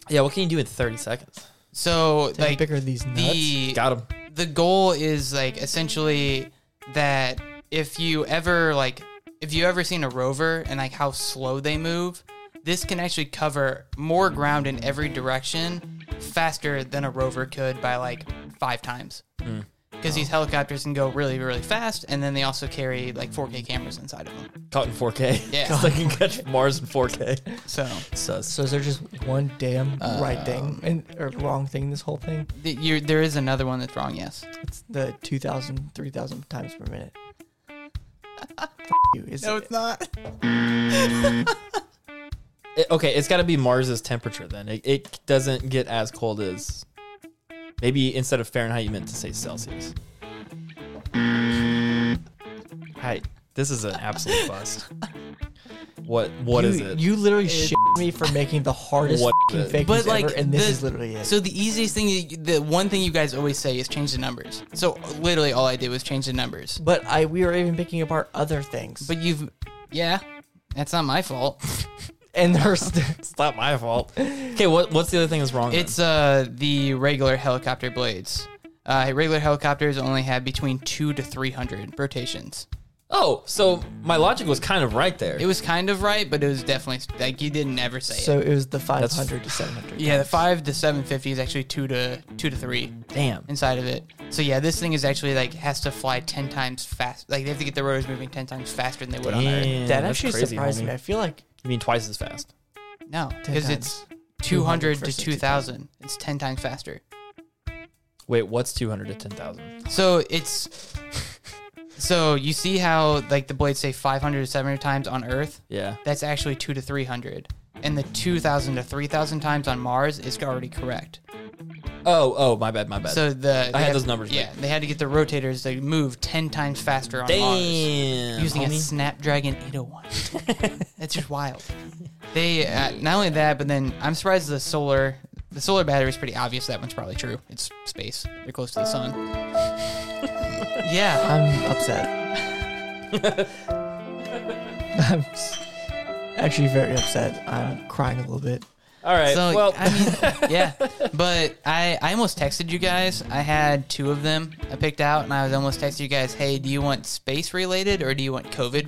A: Yeah, what can you do in 30 seconds?
C: So
B: Like,
C: like
B: bigger these nuts.
C: the
A: Got him.
C: the goal is like essentially that if you ever like if you ever seen a rover and like how slow they move this can actually cover more ground in every direction faster than a rover could by like five times because these helicopters can go really really fast and then they also carry like 4k cameras inside of them
A: Caught in 4K. (laughs)
C: Yeah.
A: so I can catch Mars in 4K.
C: so
A: Sus.
B: So is there just one damn right thing
C: Uh,
B: and or wrong thing? in This whole thing.
C: th- you there is another one that's wrong yes
B: It's the 2,000, 3,000 times per minute.
C: (laughs)
B: F- you. Is it,
C: not
A: It- okay, it's got to be Mars's temperature then. It, it doesn't get as cold as. Maybe instead of Fahrenheit, you meant to say Celsius. Hi, this is an (laughs) absolute bust. What What
B: you,
A: is it?
B: You literally shit me for making the hardest
A: What
B: fucking
A: is it?
B: fake
C: But
B: news
C: like,
B: ever, and this
C: the-
B: is literally it.
C: So the easiest thing, you- the one thing you guys always say is change the numbers. So literally, all I did was change the numbers.
B: but I we were even picking apart other things,
C: But you've, yeah, that's not my fault.
B: and there's
C: (laughs)
B: st-
A: it's not my fault. Okay, what what's the other thing that's wrong? then?
C: It's uh the regular helicopter blades. Uh, regular helicopters only have between two to three hundred rotations.
A: oh, so my logic was kind of right there.
C: It was kind of right, but it was definitely like you didn't ever say it.
B: so it was the 500 to 700.
C: Yeah, the five to seven fifty is actually two to two to three
A: Damn.
C: inside of it. So yeah, this thing is actually like has to fly ten times fast. Like they have to get the rotors moving ten times faster than they would on Earth.
A: Damn,
B: that
A: that's
B: actually
A: crazy,
B: surprised
A: homie.
B: me. I feel like
A: You mean twice as fast?
C: No,
B: 10
C: because
B: times.
C: it's
B: 200
C: 200 to
B: versus
C: 2000. It's 10 times faster.
A: Wait, what's 200 to 10,000?
C: So it's. (laughs) So you see how like the blades say 500 to 700 times on Earth?
A: Yeah.
C: That's actually 2 to 300. And the 2000 to 3000 times on Mars is already correct.
A: Oh, oh, my bad, my bad.
C: So the. they
A: had
C: have-
A: those numbers
C: Yeah,
A: right.
C: they had to get the rotators to move 10 times faster on Mars.
A: Damn.
C: using a
A: homie. (laughs)
C: Snapdragon 801. That's just wild. They uh, not only that, but then I'm surprised the solar the solar battery is pretty obvious. That one's probably true. It's space. They're close to
A: (laughs)
C: the sun. yeah.
B: I'm
C: (laughs)
B: upset. (laughs) I'm s- actually very upset. I'm crying a little bit.
A: All right.
C: So
A: well,
C: I mean, yeah. But I I almost texted you guys. I had two of them I picked out, and I was almost texting you guys. Hey, do you want space related or do you want COVID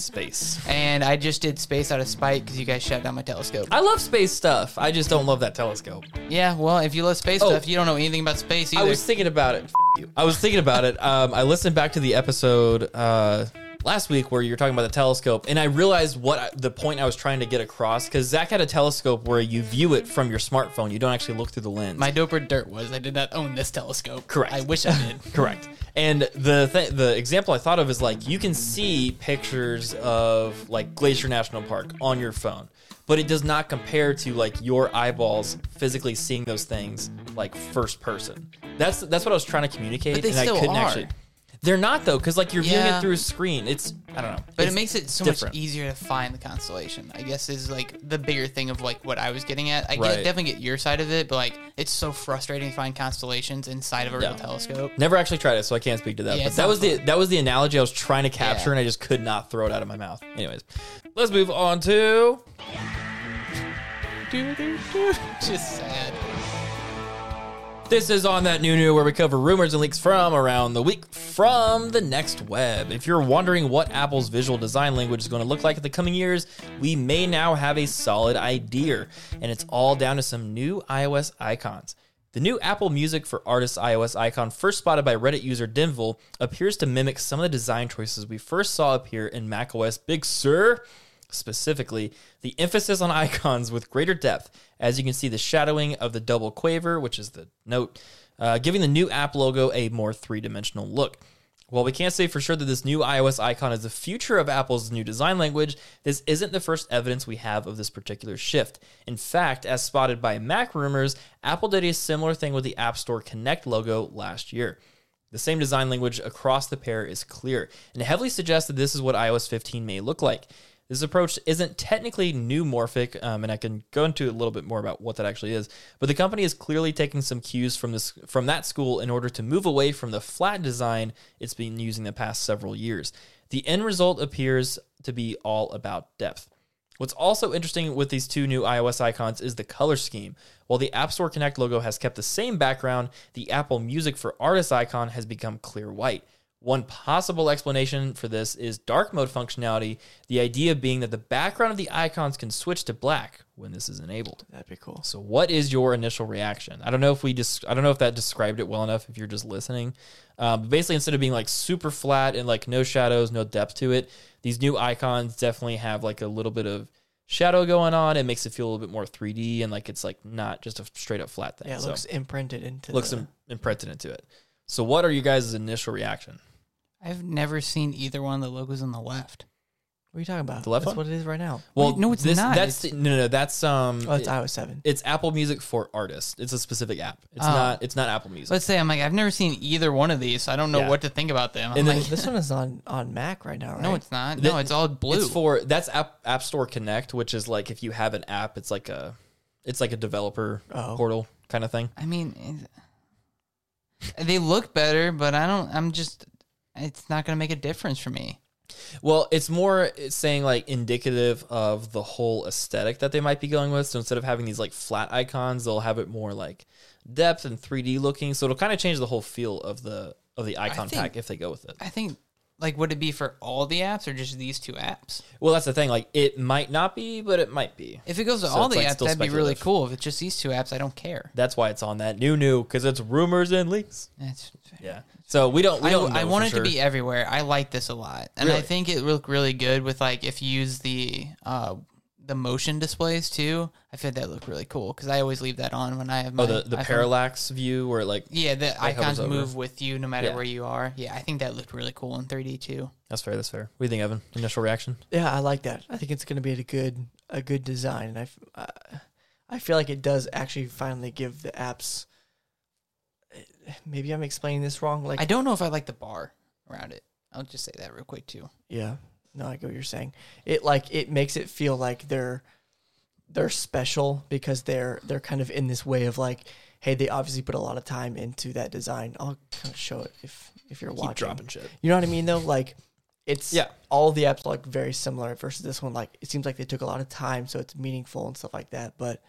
A: (laughs) space.
C: And I just did space out of spite because you guys shut down my telescope.
A: I love space stuff. I just don't love that telescope.
C: Yeah, well, if you love space
A: Oh.
C: stuff, you don't know anything about space
A: I
C: either.
A: was thinking about it. F- you. I was thinking about it. Um, I listened back to the episode uh, last week where you were talking about the telescope, and I realized what I, the point I was trying to get across because Zach had a telescope where you view it from your smartphone. You don't actually look through the lens.
C: My doper dirt was I did not own this telescope.
A: Correct.
C: I wish I
A: (laughs)
C: did.
A: Correct. And the th- the example I thought of is like you can see pictures of like Glacier National Park on your phone, but it does not compare to like your eyeballs physically seeing those things like first person. That's that's what I was trying to communicate,
C: But they
A: and
C: still
A: I couldn't
C: are.
A: actually. They're not though, because like you're viewing
C: Yeah.
A: it through a screen. It's I don't know,
C: But
A: It's
C: it makes it so
A: different.
C: much easier to find the constellation. I guess is like the bigger thing of like what I was getting at. I
A: Right.
C: get, definitely get your side of it, but like it's so frustrating to find constellations inside of a real
A: Yeah.
C: telescope. (laughs)
A: Never actually tried it, so I can't speak to that.
C: Yeah,
A: but
C: it's
A: that
C: not
A: was the
C: fun.
A: that was the analogy I was trying to capture,
C: Yeah.
A: and I just could not throw it out of my mouth. Anyways, let's move on to
C: Just sad.
A: This is on that new new where we cover rumors and leaks from around the week from the next web. If you're wondering what Apple's visual design language is going to look like in the coming years, we may now have a solid idea, and it's all down to some new iOS icons. The new Apple Music for Artists iOS icon, first spotted by Reddit user Denville, appears to mimic some of the design choices we first saw appear in macOS Big Sur. Specifically, the emphasis on (laughs) icons with greater depth, as you can see the shadowing of the double quaver, which is the note, uh, giving the new app logo a more three dimensional look. While we can't say for sure that this new iOS icon is the future of Apple's new design language, this isn't the first evidence we have of this particular shift. In fact, as spotted by Mac rumors, Apple did a similar thing with the App Store Connect logo last year. The same design language across the pair is clear, and heavily suggests that this is what iOS 15 may look like. This approach isn't technically new morphic, um, and I can go into a little bit more about what that actually is. But the company is clearly taking some cues from this from that school in order to move away from the flat design it's been using the past several years. The end result appears to be all about depth. What's also interesting with these two new iOS icons is the color scheme. While the App Store Connect logo has kept the same background, the Apple Music for Artists icon has become clear white. One possible explanation for this is dark mode functionality, the idea being that the background of the icons can switch to black when this is enabled.
B: That'd be cool.
A: So what is your initial reaction? I don't know if we just I don't know if that described it well enough if you're just listening. Um, but basically instead of being like super flat and like no shadows, no depth to it, these new icons definitely have like a little bit of shadow going on. It makes it feel a little bit more 3D and like it's like not just a straight up flat thing.
B: Yeah, it
A: so
B: looks imprinted into
A: looks
B: the,
A: im- imprinted into it. So what are you guys' initial reaction?
C: I've never seen either one of the logos on the left.
B: What are you talking about?
A: The left
B: That's
A: one?
B: what it is right now.
A: Well,
C: Wait, no, it's
A: this,
C: not.
A: That's no, no, no, that's um,
B: Oh, it's
A: it-
B: iOS seven.
A: it's Apple Music for artists. It's a specific app. It's
C: Oh.
A: not. It's not Apple Music.
C: Let's say I'm like I've never seen either one of these, so I don't know
A: Yeah.
C: what to think about them. I'm
A: And (laughs) then-
C: like,
B: Well, this one is on on Mac right now, right?
C: no, it's not. No,
A: Th-
C: it's all blue.
A: It's for that's App App Store Connect, which is like if you have an app, it's like a it's like a developer
B: Oh.
A: portal kind of thing.
C: I mean, it's- they look better, but I don't. I'm just. It's not gonna make a difference for me.
A: Well, it's more it's saying like indicative of the whole aesthetic that they might be going with. So instead of having these like flat icons, they'll have it more like depth and 3D looking. So it'll kind of change the whole feel of the of the icon
C: think-
A: pack if they go with it.
C: I think. Like, would it be for all the apps or just these two apps?
A: Well, that's the thing. Like it might not be, but it might be.
C: If it goes to
A: So
C: all
A: it's,
C: the
A: like,
C: apps,
A: still
C: that'd be really
A: speculative.
C: cool. If it's just these two apps, I don't care.
A: That's why it's on that new new because it's rumors and leaks.
C: That's
A: Yeah. So we don't. We
C: I,
A: don't.
C: I
A: know
C: want
A: for
C: it
A: sure.
C: to be everywhere. I like this a lot, and I
A: Really?
C: think it looked really good with like if you use the uh, the motion displays too. I feel that look really cool because I always leave that on when I have my
A: Oh, the, the
C: iPhone.
A: parallax view where like
C: Yeah, the
A: hovers
C: icons
A: over.
C: move with you no matter
A: Yeah.
C: where you are. Yeah, I think that looked really cool in 3D too.
A: That's fair. That's fair. What do you think, Evan? Initial reaction?
B: Yeah, I like that. I think it's going to be a good a good design, and I, f- uh, I feel like it does actually finally give the apps. eh, Maybe I'm explaining this wrong. Like,
C: I don't know if I like the bar around it. I'll just say that real quick too.
B: yeah, no, I get what you're saying. It like it makes it feel like they're they're special because they're they're kind of in this way of like, hey, they obviously put a lot of time into that design. I'll kind of show it if if you're watching.
A: shit.
B: You know what I mean though? Like it's
A: Yeah.
B: all the apps look very similar versus this one like it seems like they took a lot of time so it's meaningful and stuff like that. But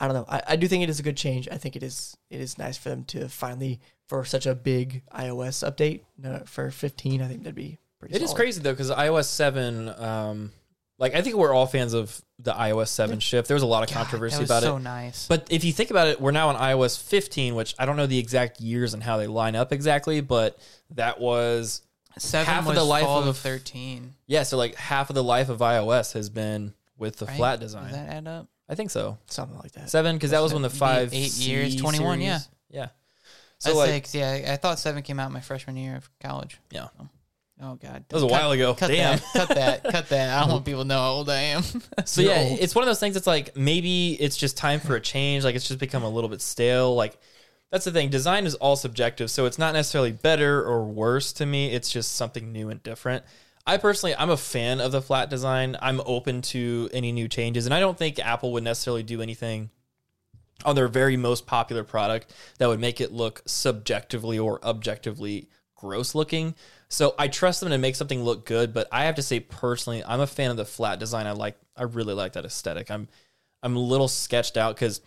B: I don't know. I, I do think it is a good change. I think it is it is nice for them to finally for such a big iOS update no, for 15. I think that'd be pretty.
A: It is
B: solid.
A: crazy though because iOS seven. Um, like I think we're all fans of the iOS seven shift. There was a lot of controversy
C: that was
A: about
C: so
A: it.
C: nice.
A: But if you think about it, we're now on iOS 15, which I don't know the exact years and how they line up exactly, but that was
C: Seven
A: half of
C: was
A: the life
C: fall
A: of-
C: of, 13.
A: yeah. So like half of the life of iOS has been with the
C: right?
A: flat
C: Does
A: design.
C: that add up?
A: I think so.
B: Something like that.
A: Seven because that was when the
C: Be
A: five
C: eight years,
A: C
C: 21, yeah.
A: series- yeah.
C: So
A: So like
C: six. Yeah, I thought seven came out my freshman year of college.
A: Yeah.
C: Oh, Oh, God.
A: that was a while ago.
C: Cut
A: Damn.
C: that. Cut
A: (laughs)
C: that. Cut that. I don't want people to know how old I am. (laughs)
A: So yeah, it's one of those things that's like maybe it's just time for a change. Like it's just become a little bit stale. Like that's the thing. Design is all subjective, so it's not necessarily better or worse to me. It's just something new and different. I personally, I'm a fan of the flat design. I'm open to any new changes, and I don't think Apple would necessarily do anything on their very most popular product that would make it look subjectively or objectively gross looking. So I trust them to make something look good, but I have to say personally, I'm a fan of the flat design. I like, I really like that aesthetic. I'm, I'm a little sketched out because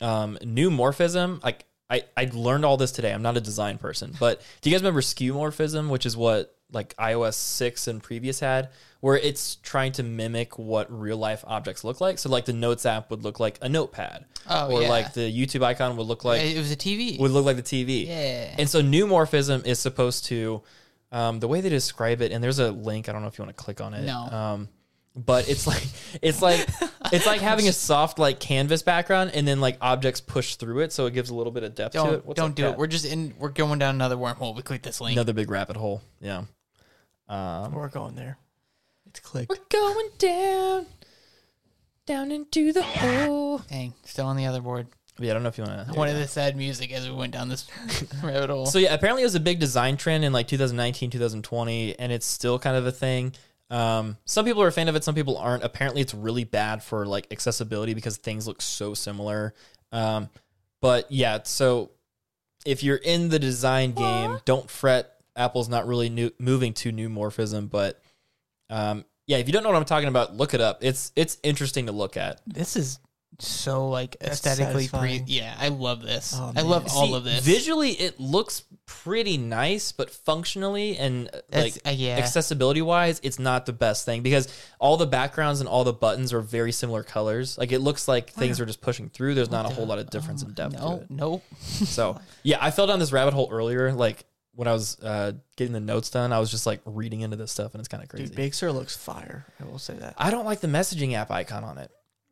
A: um, new morphism, like I, I learned all this today. I'm not a design person, but do you guys remember skew morphism, which is what like iOS 6 and previous had, where it's trying to mimic what real life objects look like. So like the notes app would look like a notepad
C: Oh,
A: or
C: yeah.
A: like the YouTube icon would look like
C: it was a TV.
A: would look like the TV.
C: yeah.
A: And so new morphism is supposed to um, the way they Um, describe it, and there's a link. I don't know if you want to click on it.
C: No.
A: Um, but it's like it's like It's like having a soft like canvas background and then like objects push through it, so it gives a little bit of depth to it.
C: Don't
A: What's
C: don't
A: up
C: do
A: with
C: it.
A: that?
C: We're just in. We're going down another wormhole. We click this link.
A: Another big rabbit hole. Yeah. Um,
B: We're going there. It's clicked.
A: we're going down, down into the hole.
C: Dang, still on the other board.
A: Yeah, I don't know if you want
C: I
A: to.
C: wanted the sad music as we went down this (laughs) rabbit hole.
A: So yeah, apparently it was a big design trend in like 2019, 2020, and it's still kind of a thing. Um, some people are a fan of it, some people aren't. Apparently, it's really bad for like accessibility because things look so similar. Um, but yeah, so if you're in the design game, don't fret. Apple's not really new, moving to new morphism, but um, yeah, if you don't know what I'm talking about, look it up. It's it's interesting to look at.
C: this is so like
B: That's
C: aesthetically pre.
B: satisfying.
C: Yeah, I love this.
B: Oh,
C: I love
B: man.
C: all
A: See,
C: of this.
A: Visually, it looks pretty nice, but functionally and uh,
C: That's-
A: like
C: uh, yeah.
A: accessibility wise, it's not the best thing because all the backgrounds and all the buttons are very similar colors. Like it looks like things are just pushing through. There's not a whole lot of difference in depth
C: Oh, no,
A: to
C: nope.
A: it.
C: (laughs)
A: So yeah, I fell down this rabbit hole earlier. Like when I was uh, getting the notes done, I was just like reading into this stuff, and it's kind of crazy.
B: Dude, Big Sur looks fire. I will say
A: (laughs)
B: that.
A: I don't like the messaging app icon on it.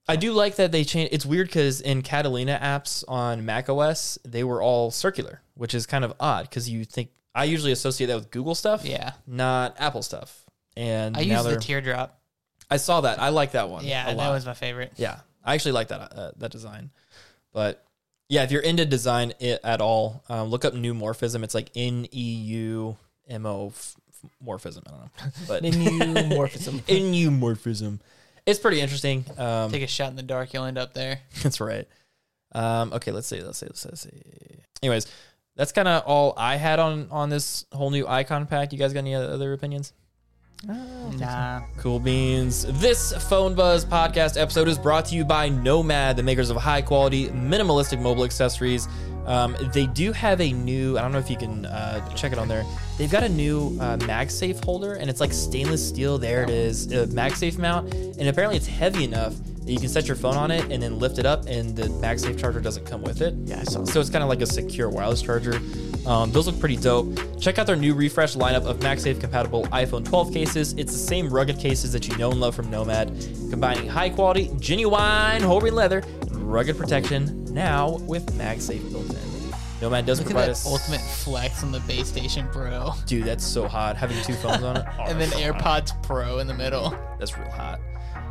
A: I do like that they changed. It's weird because in Catalina apps on Mac OS, they were all circular, which is kind of odd because you think I usually associate that with Google stuff,
C: Yeah,
A: not Apple stuff. And
C: I
A: now
C: use the
A: they're-
C: teardrop.
A: I saw that. I like that one.
C: Yeah,
A: a
C: that
A: lot.
C: was my favorite.
A: yeah, I actually like that uh, that design. But yeah, if you're into design i at all, um, look up new morphism. It's like N E U M O f- f- morphism. I don't
C: (laughs)
A: know, but
C: E
B: Neumorphism.
A: (laughs) Inumorphism. It's pretty interesting. (laughs) Um,
C: Take a shot in the dark, you'll end up there.
A: that's right. Um, okay, let's see. Let's see. Let's see. Let's see. Anyways, that's kind of all I had on on this whole new icon pack. You guys got any other opinions?
C: Nah.
A: Cool beans. This Phone Buzz podcast episode is brought to you by Nomad, the makers of high quality, minimalistic mobile accessories. Um, they do have a new, I don't know if you can uh, check it on there. They've got a new uh, MagSafe holder, and it's like stainless steel. There it is, a MagSafe mount. And apparently, it's heavy enough that you can set your phone on it and then lift it up, and the MagSafe charger doesn't come with it.
B: Yeah, I saw that.
A: So it's kind of like a secure wireless charger. Um, those look pretty dope. Check out their new refresh lineup of MagSafe compatible iPhone 12 cases. It's the same rugged cases that you know and love from Nomad, combining high quality, genuine Holbein leather, and rugged protection now with MagSafe built in. Nomad does
C: Look at
A: provide
C: that
A: us
C: ultimate flex on the base station, bro.
A: Dude, that's so hot. Having two phones on it. Oh,
C: (laughs) and then
A: that's so hot.
C: AirPods Pro in the middle.
A: That's real hot.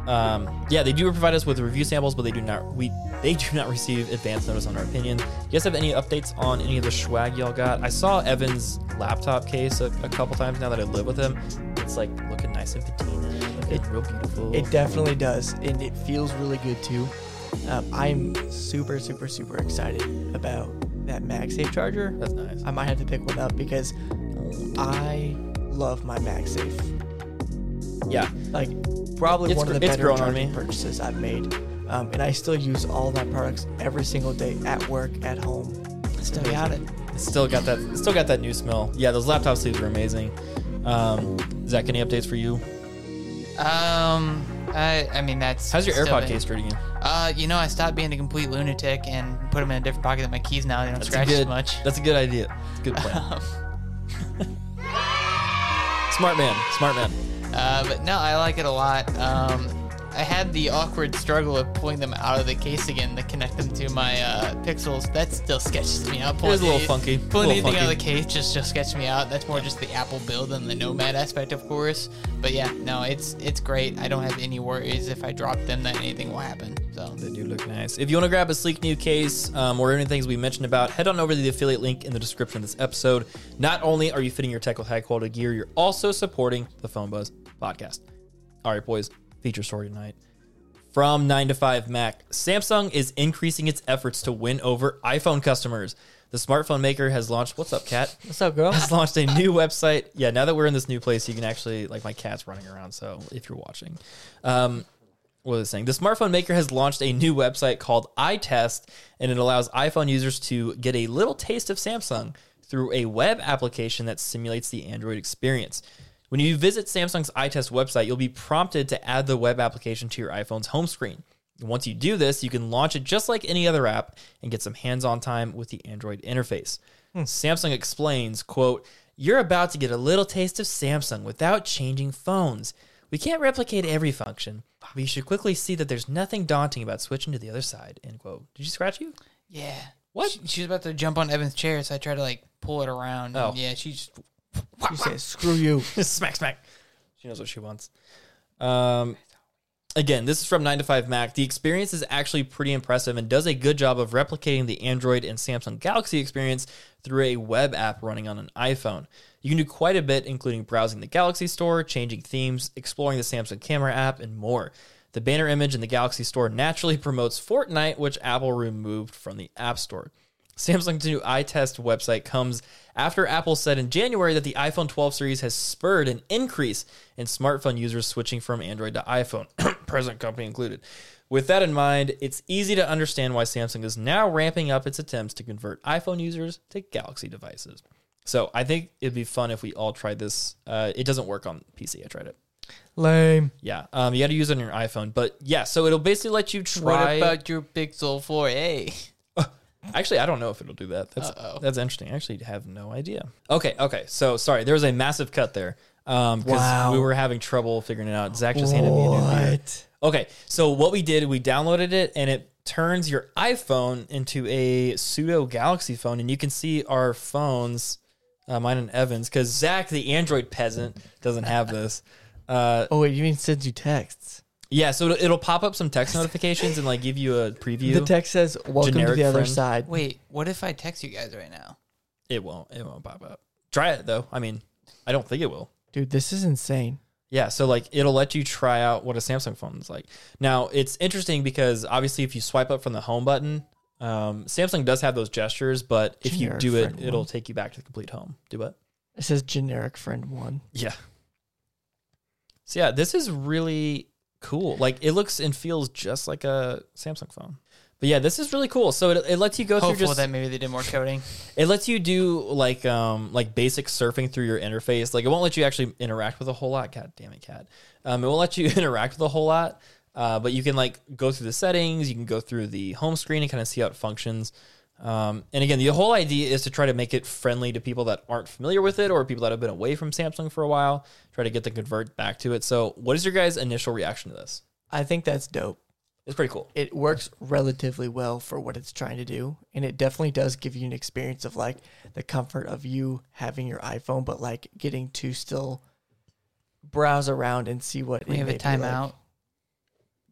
A: Um, yeah, they do provide us with review samples, but they do not we they do not receive advance notice on our opinion. You guys have any updates on any of the swag y'all got? I saw Evan's laptop case a, a couple times now that I live with him. It's like looking nice and patina, looking
B: It-
A: real beautiful.
B: It definitely does, and it feels really good too. Um, I'm super, super, super excited about that MagSafe charger.
A: That's nice.
B: I might have to pick one up because I love my MagSafe.
A: yeah,
B: Like, probably
A: It's
B: one of the
A: gr- it's
B: better
A: grown on
B: charging
A: me.
B: purchases I've made. Um, and I still use all my products every single day at work, at home.
C: Still got it.
A: it's still got that it's still got that new smell. Yeah, those laptop sleeves are amazing. Um, Zach, any updates for you?
C: Um, I I mean that's.
A: How's your
C: still
A: AirPod
C: been-
A: case treating you?
C: Uh, you know, I stopped being a complete lunatic and put them in a different pocket that my keys now. They don't
A: a
C: scratch
A: good,
C: as much.
A: That's a good idea. It's a good plan.
C: (laughs) Um,
A: smart man, smart man.
C: Uh, but no, I like it a lot. Um, I had the awkward struggle of pulling them out of the case again to connect them to my uh, pixels. That still sketches me out. Pulling
A: is a little
C: any-
A: funky.
C: Pulling
A: Little
C: anything out
A: funky.
C: of the case just just sketched me out. That's more just the Apple build and the Nomad aspect, of course. But yeah, no, it's it's great. I don't have any worries if I drop them that anything will happen. So
A: They do look nice. If you want to grab a sleek new case um, or any things we mentioned about, head on over to the affiliate link in the description of this episode. Not only are you fitting your tech with high quality gear, you're also supporting the Phone Buzz podcast. All right, boys, feature story tonight. From 9 to 5 Mac, Samsung is increasing its efforts to win over iPhone customers. The smartphone maker has launched, what's up, cat?
B: What's up, girl?
A: has launched a new website. Yeah, now that we're in this new place, you can actually like my cat's running around. So if you're watching, um, what was I saying? The smartphone maker has launched a new website called iTest, and it allows iPhone users to get a little taste of Samsung through a web application that simulates the Android experience. When you visit Samsung's iTest website, you'll be prompted to add the web application to your iPhone's home screen. Once you do this, you can launch it just like any other app and get some hands-on time with the Android interface. Samsung explains, quote, "You're about to get a little taste of Samsung without changing phones. We can't replicate every function, but you should quickly see that there's nothing daunting about switching to the other side. End quote. Did you scratch you?
C: Yeah.
A: What?
C: She, she was about to jump on Evan's chair, so I tried to like pull it around.
A: Oh.
C: Yeah, she just
B: You say, screw
A: (laughs)
B: you.
A: smack, smack. She knows what she wants. Um, again, this is from 9 to 5 Mac. The experience is actually pretty impressive and does a good job of replicating the Android and Samsung Galaxy experience through a web app running on an iPhone. You can do quite a bit, including browsing the Galaxy Store, changing themes, exploring the Samsung Camera app, and more. The banner image in the Galaxy Store naturally promotes Fortnite, which Apple removed from the App Store. Samsung's new iTest website comes after Apple said in January that the iPhone 12 series has spurred an increase in smartphone users switching from Android to iPhone, (clears throat) present company included. With that in mind, it's easy to understand why Samsung is now ramping up its attempts to convert iPhone users to Galaxy devices. So I think it'd be fun if we all tried this. Uh, it doesn't work on PC. I tried it.
B: Lame.
A: Yeah, um, you got to use it on your iPhone. But yeah, so it'll basically let you
C: What
A: try.
C: about your Pixel 4a?
A: Actually, I don't know if it'll do that. That's
C: Uh-oh.
A: that's interesting. I actually have no idea. Okay, okay. So sorry, there was a massive cut there. Um, because
B: Wow.
A: we were having trouble figuring it out. Zach just handed me a new beer.
B: What?
A: Okay, so what we did, we downloaded it, and it turns your iPhone into a pseudo Galaxy phone, and you can see our phones, uh, mine and Evans, because Zach, the Android peasant, doesn't have this. Uh,
B: Oh wait, you mean sends you texts?
A: yeah, so it'll, it'll pop up some
B: (laughs)
A: text notifications and like give you a preview.
B: The text says, "Welcome to
A: Generic
B: the other
A: friend.
B: side."
C: (laughs) Wait, what if I text you guys right now?
A: It won't. It won't pop up. Try it though. I mean, I don't think it will.
B: Dude, this is insane.
A: Yeah, so like it'll let you try out what a Samsung phone is like. Now it's interesting because obviously if you swipe up from the home button, um, Samsung does have those gestures, but if you
B: Generic
A: do it,
B: friend
A: it'll
B: one.
A: take you back to the complete home. Do what?
B: It says generic friend one.
A: Yeah. So yeah, this is really cool. Like it looks and feels just like a Samsung phone. But yeah, this is really cool. So it, it lets you go through
C: Hopeful
A: just
C: that maybe they did
B: (laughs)
C: more coding.
A: It lets you do like um like basic surfing through your interface. Like it won't let you actually interact with a whole lot. God damn it, cat. Um, it won't let you (laughs) interact with a whole lot. Uh, but you can like go through the settings. You can go through the home screen and kind of see how it functions. Um, and again, the whole idea is to try to make it friendly to people that aren't familiar with it or people that have been away from Samsung for a while. Try to get the convert back to it. So, what is your guys' initial reaction to this?
B: I think that's dope.
A: It's pretty cool.
B: It works relatively well for what it's trying to do, and it definitely does give you an experience of like the comfort of you having your iPhone, but like getting to still browse around and see what
C: We
B: it
C: have a
B: may be like.
C: timeout.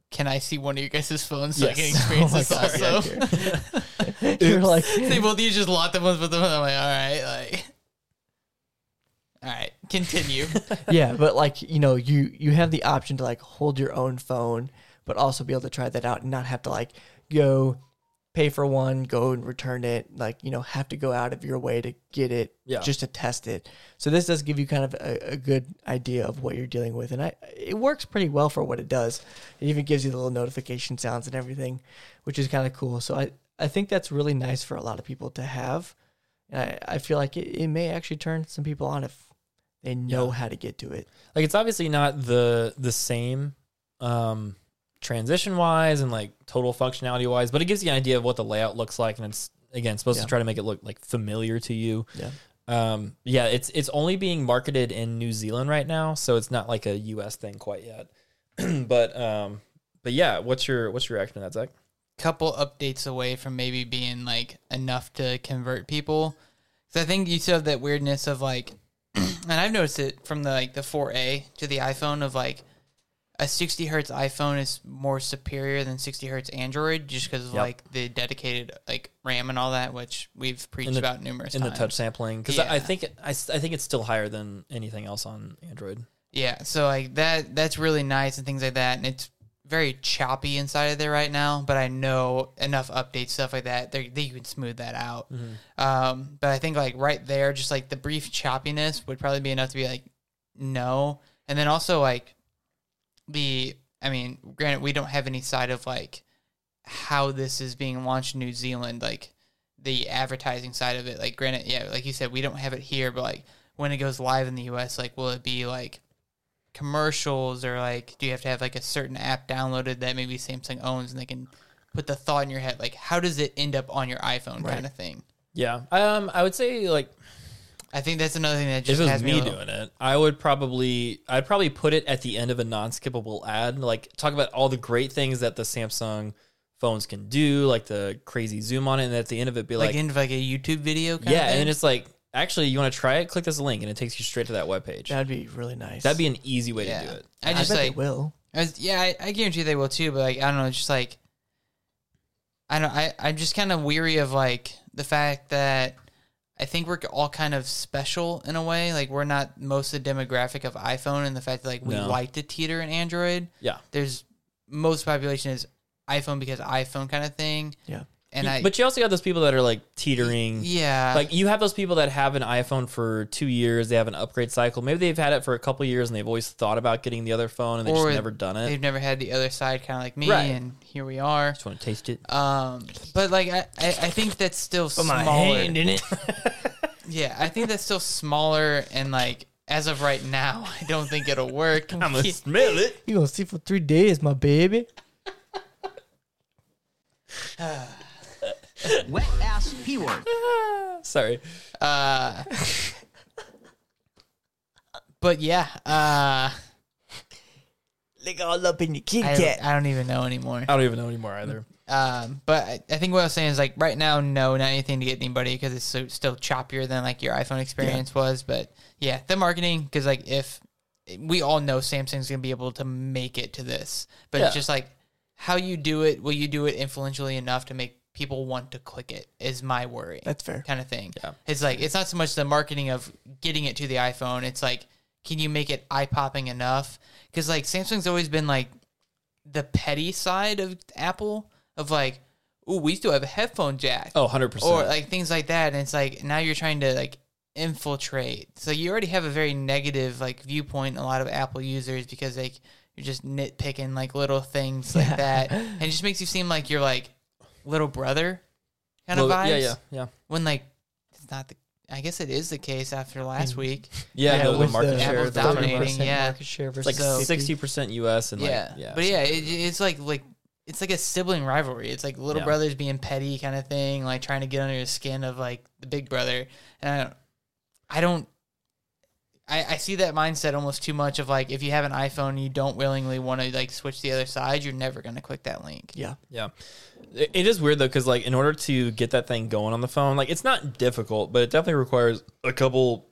C: Can I see one of you guys' phones so I can
A: Yes.
B: (laughs)
C: experience
B: Oh my
C: this
B: God,
C: also? (laughs)
B: yeah, dude. (laughs) You're like,
C: they both you just locked the ones with them, and I'm like, all right, like, all right,
B: (laughs)
C: continue.
B: yeah, but like you know, you you have the option to like hold your own phone, but also be able to try that out and not have to like go pay for one, go and return it, like you know, have to go out of your way to get it
A: Yeah.
B: just to test it. So this does give you kind of a, a good idea of what you're dealing with, and I it works pretty well for what it does. It even gives you the little notification sounds and everything, which is kind of cool. So I I think that's really nice for a lot of people to have. And I, I feel like it, it may actually turn some people on if they know
A: Yeah.
B: how to get to it.
A: like it's obviously not the the same um transition wise and like total functionality wise but it gives you an idea of what the layout looks like and it's again supposed
B: Yeah.
A: to try to make it look like familiar to you
B: Yeah.
A: um yeah it's it's only being marketed in new zealand right now so it's not like a us thing quite yet (clears throat) but um but yeah what's your what's your reaction to that zach
C: Couple updates away from maybe being like enough to convert people. Because I think you still have that weirdness of like, (clears throat) and I've noticed it from the like the 4A to the iPhone of like a 60 hertz iPhone is more superior than 60 hertz Android just because of
A: Yep.
C: like the dedicated like RAM and all that, which we've preached
A: the-
C: about numerous
A: in the
C: times.
A: touch sampling because I, I
C: Yeah.
A: think it, I, s- I think it's still higher than anything else on android
C: Yeah, so like that that's really nice and things like that and it's very choppy inside of there right now, but I know enough updates stuff like that they that you can smooth that out. Um, but I think like right there just like the brief choppiness would probably be enough to be like no. And then also like the I mean, granted we don't have any side of like how this is being launched in New Zealand like the advertising side of it. Like, granted, yeah, like you said, we don't have it here, but like when it goes live in the U.S., like, will it be like commercials or like do you have to have like a certain app downloaded that maybe Samsung owns and they can put the thought in your head, like, how does it end up on your iPhone, kind of thing?
A: Yeah. Um, I would say like
C: I think that's another thing that
A: If
C: just
A: it was
C: has
A: me
C: me a little-
A: doing it, I would probably I'd probably put it at the end of a non-skippable ad, like talk about all the great things that the Samsung phones can do, like the crazy zoom on it, and at the end of it be
C: like,
A: like,
C: into like a YouTube video. Kind
A: yeah,
C: of
A: and then
C: thing?
A: it's like actually you want to try it, click this link, and it takes you straight to that webpage.
B: That'd be really nice.
A: That'd be an easy way to do it.
C: I
B: I
C: just
B: bet
C: like
B: they will.
C: I was, yeah, I, I guarantee they will too. But like, I don't know, just like, I don't, I, I'm just kind of weary of like the fact that I think we're all kind of special in a way. Like, we're not most the demographic of iPhone, and the fact that like we
A: No.
C: like to teeter in Android.
A: Yeah.
C: There's most population is iPhone because iPhone kind of thing,
B: Yeah.
C: and I,
A: but you also got those people that are like teetering.
C: yeah,
A: Like you have those people that have an iPhone for two years, they have an upgrade cycle. Maybe they've had it for a couple years and they've always thought about getting the other phone and they've
C: Or
A: just never done it.
C: they've never had the other side, kind of like me,
A: uh, Right.
C: and here we are.
A: Just want to taste it.
C: Um, but like I, I, I think that's still smaller.
B: in it.
C: Yeah, I think that's still smaller and like as of right now, (laughs) I don't think it'll work.
A: I'm gonna smell it.
B: you gonna see for three days, my baby.
D: Wet ass P word.
A: Sorry.
C: Uh, but yeah, uh,
B: Lick all up in your Kit
C: I,
B: Kat.
C: don't- I don't even know anymore.
A: I don't even know anymore either.
C: Um, but I, I think what I was saying is like right now, no, not anything to get anybody because it's so, still choppier than like your iPhone experience was. But yeah, the marketing because like if we all know Samsung's gonna be able to make it to this, but
A: Yeah.
C: it's just like how you do it. Will you do it influentially enough to make people want to click it? Is my worry.
B: That's fair.
C: Kind of thing.
A: Yeah.
C: It's like it's not so much the marketing of getting it to the iPhone. It's like can you make it eye popping enough? Because like Samsung's always been like the petty side of Apple of like, oh, we still have a headphone jack
A: Oh, 100%.
C: or like things like that. And it's like now you're trying to like infiltrate. So you already have a very negative like viewpoint in a lot of Apple users because like you're just nitpicking like little things like
A: (laughs)
B: (laughs)
C: that, and it just makes you seem like you're like little brother kind of
A: Well,
C: vibes.
A: yeah, yeah, yeah.
C: When like it's not the. I guess it is the case after last
A: Hmm.
C: week.
A: Yeah, the, the
B: with
A: market
B: the-
A: share.
C: Apple's
A: the-
C: dominating, yeah.
B: market share
A: It's
B: versus
A: like
C: So-
A: 60% US and like,
C: yeah.
A: yeah.
C: But yeah, it, it's like like it's like a sibling rivalry. It's like little
A: Yeah.
C: brothers being petty kind of thing, like trying to get under the skin of like the big brother. And I don't I don't I, I see that mindset almost too much of like if you have an iPhone and you don't willingly want to like switch the other side, you're never gonna click that link.
B: Yeah.
A: Yeah. It it is weird though, because like in order to get that thing going on the phone, like it's not difficult, but it definitely requires a couple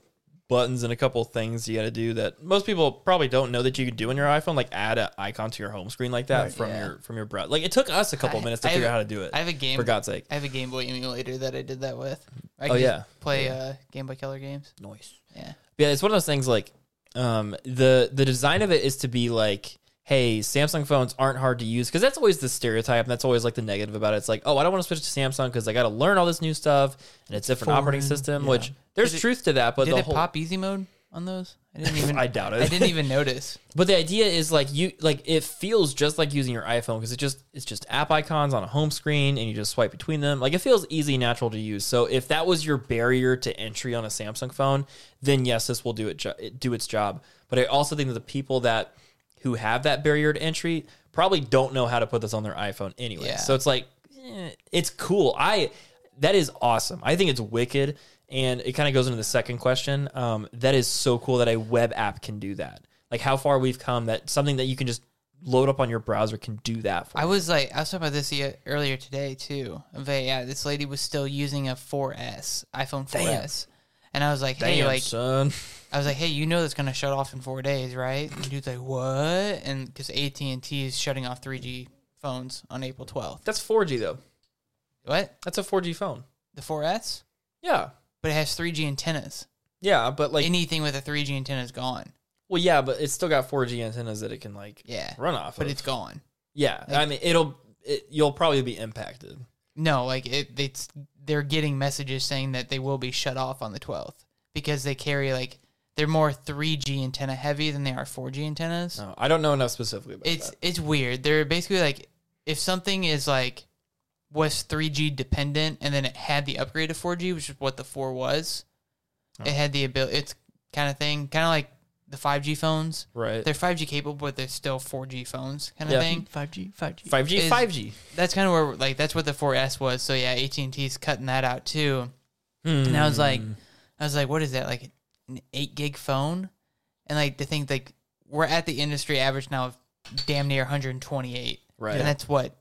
A: buttons and a couple things you got to do that most people probably don't know that you can do on your iPhone, like add an icon to your home screen like that from
C: yeah.
A: your from your browser. Like it took us a couple
C: I-
A: minutes to
C: I have-
A: figure out how to do it.
C: I have a game
A: for God's sake,
C: I have a Game Boy emulator that I did that with. I
A: Oh,
C: can just
A: yeah.
C: Play uh Game Boy Color games.
A: noise.
C: Yeah.
A: Yeah, it's one of those things like um, the the design of it is to be like, hey, Samsung phones aren't hard to use because that's always the stereotype and that's always like the negative about it. It's like, oh, I don't want to switch to Samsung because I got to learn all this new stuff and it's different operating
B: Foreign,
A: system.
B: yeah.
A: Which there's
C: Did it-
A: truth to that, but
C: Did
A: the
C: it
A: whole
C: pop easy mode on those?
A: (laughs)
C: I didn't even
A: I doubt it.
C: I didn't
A: (laughs)
C: even notice.
A: But the idea is like you like it feels just like using your iPhone because it just it's just app icons on a home screen and you just swipe between them. Like it feels easy, natural to use. So if that was your barrier to entry on a Samsung phone, then yes, this will do it jo- it- do its job. But I also think that the people that who have that barrier to entry probably don't know how to put this on their iPhone anyway.
C: Yeah.
A: So it's like eh, it's cool. I that is awesome. I think it's wicked. And it kind of goes into the second question. Um, that is so cool that a web app can do that. Like how far we've come that something that you can just load up on your browser can do that for.
C: I
A: you.
C: was like, I was talking about this e- earlier today too. Of a, yeah, this lady was still using a 4S iPhone 4S, and I was like, hey,
A: Damn,
C: like,
A: son.
C: I was like, hey, you know that's gonna shut off in four days, right? And dude's like, what? And because AT and T is shutting off 3G phones on April 12th.
A: That's 4G though.
C: What
A: That's a 4G phone.
C: the 4S?
A: Yeah.
C: But it has 3G antennas.
A: Yeah, but like
C: Anything with a 3G antenna is gone.
A: well yeah, but it's still got 4G antennas that it can like
C: Yeah,
A: run off.
C: but
A: of.
C: it's gone.
A: Yeah, I mean it'll it, you'll probably be impacted.
C: No, like it, it's they're getting messages saying that they will be shut off on the 12th because they carry like they're more 3G antenna heavy than they are 4G antennas.
A: No, Oh, I don't know enough specifically about
C: It's
A: that.
C: it's weird. They're basically like if something is like was 3G dependent and then it had the upgrade to 4G, which is what the 4 was.
A: Oh.
C: It had the ability. It's kind of thing, kind of like the 5G phones.
A: Right.
C: They're 5G capable, but they're still 4G phones, kind of
A: Yeah.
C: thing.
B: 5G, 5G.
A: 5G,
C: is-
A: 5G.
C: that's kind of where
A: Hmm, Mm.
C: like that's what the 4S was. So yeah, AT and T's cutting that out too. And I was like, I was like, what is that? Like an eight gig phone? And like to think like we're at the industry average now of damn near 128.
A: Right.
C: And that's what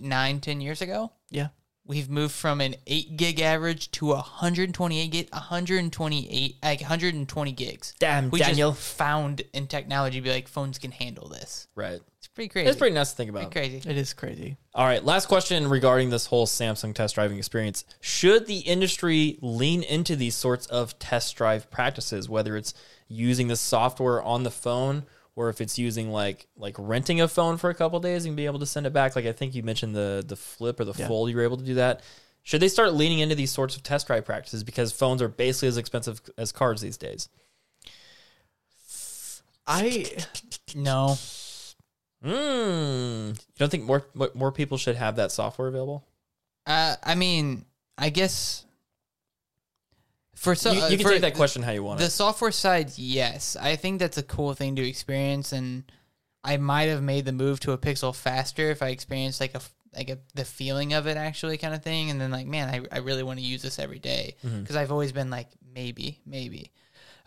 C: nine, ten years ago.
B: Yeah.
C: We've moved from an eight gig average to 128 gig, 128 like 120 gigs.
A: Damn,
C: we
A: Daniel.
C: just found in technology be like phones can handle this.
A: Right.
C: It's pretty crazy.
A: It's pretty nuts to think
C: Pretty
A: about.
C: crazy.
B: It is crazy.
A: All right, last question regarding this whole Samsung test driving experience. Should the industry lean into these sorts of test drive practices, whether it's using the software on the phone or if it's using like like renting a phone for a couple days and be able to send it back? Like I think you mentioned the the flip or the fold, you were able to do that. Should they start leaning into these sorts of test drive practices because phones are basically as expensive as cars these days?
B: I
C: No,
A: Mm. Hmm. You don't think more more people should have that software available?
C: uh, I mean, I guess for some
A: you, you can
C: uh, for
A: take that question how you want.
C: The
A: it.
C: software side, yes, I think that's a cool thing to experience, and I might have made the move to a Pixel faster if I experienced like a f- like a, the feeling of it actually kind of thing, and then like man, I, I really want to use this every day
A: Mm-hmm.
C: because I've always been like maybe maybe,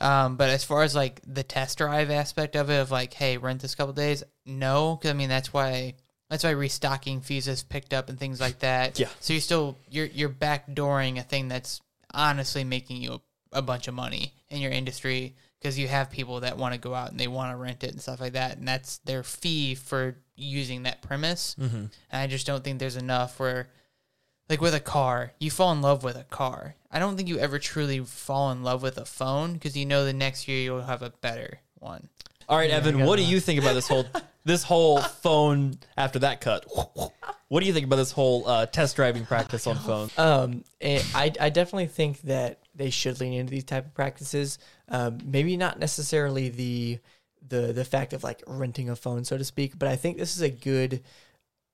C: um, but as far as like the test drive aspect of it of like hey rent this couple days no because I mean that's why. That's why restocking fees has picked up and things like that.
A: Yeah.
C: So you're still you're you're backdooring a thing that's honestly making you a bunch of money in your industry because you have people that want to go out and they want to rent it and stuff like that, and that's their fee for using that premise. Mm-hmm. And I just don't think there's enough where, like with a car, you fall in love with a car. I don't think you ever truly fall in love with a phone because you know the next year you'll have a better one.
A: All right, Evan, what do you think about this whole this whole phone after that cut? What do you think about this whole uh, test driving practice on phones?
B: um eh, I I definitely think that they should lean into these type of practices. Um, maybe not necessarily the the the fact of like renting a phone, so to speak, but I think this is a good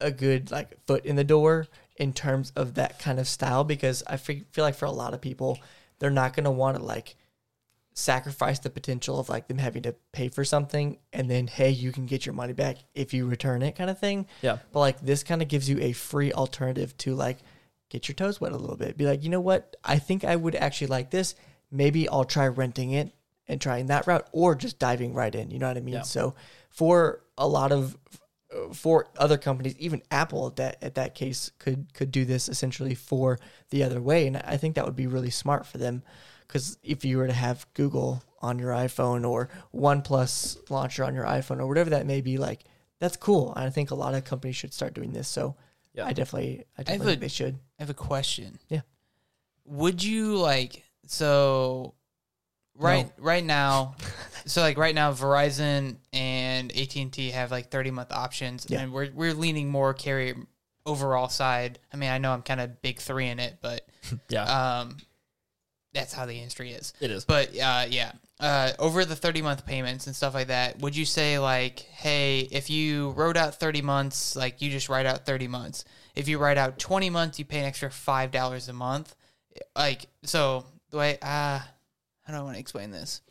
B: a good like foot in the door in terms of that kind of style because I fe- feel like for a lot of people they're not going to want to like sacrifice the potential of like them having to pay for something and then hey you can get your money back if you return it kind of thing
A: Yeah.
B: but like this kind of gives you a free alternative to like get your toes wet a little bit be like you know what i think i would actually like this maybe i'll try renting it and trying that route or just diving right in you know what i mean
A: Yeah.
B: so for a lot of for other companies, even Apple at that at that case could could do this essentially for the other way, and I think that would be really smart for them because if you were to have Google on your iPhone or OnePlus launcher on your iPhone or whatever that may be, like that's cool. And I think a lot of companies should start doing this. So
A: Yeah.
B: I definitely, I definitely
C: would-
B: think they should.
C: I have a question.
B: Yeah.
C: Would you like so right right now so like right now Verizon and AT&T have like 30 month options
B: Yeah.
C: and we're we're leaning more carrier overall side. I mean, I know I'm kind of big 3 in it, but
A: Yeah,
C: um that's how the industry is.
A: it is.
C: But uh, yeah, uh, over the 30 month payments and stuff like that, would you say, like, hey, if you wrote out 30 months, like you just write out 30 months. If you write out 20 months, you pay an extra $5 a month. Like, so the way, ah, how do I want to explain this?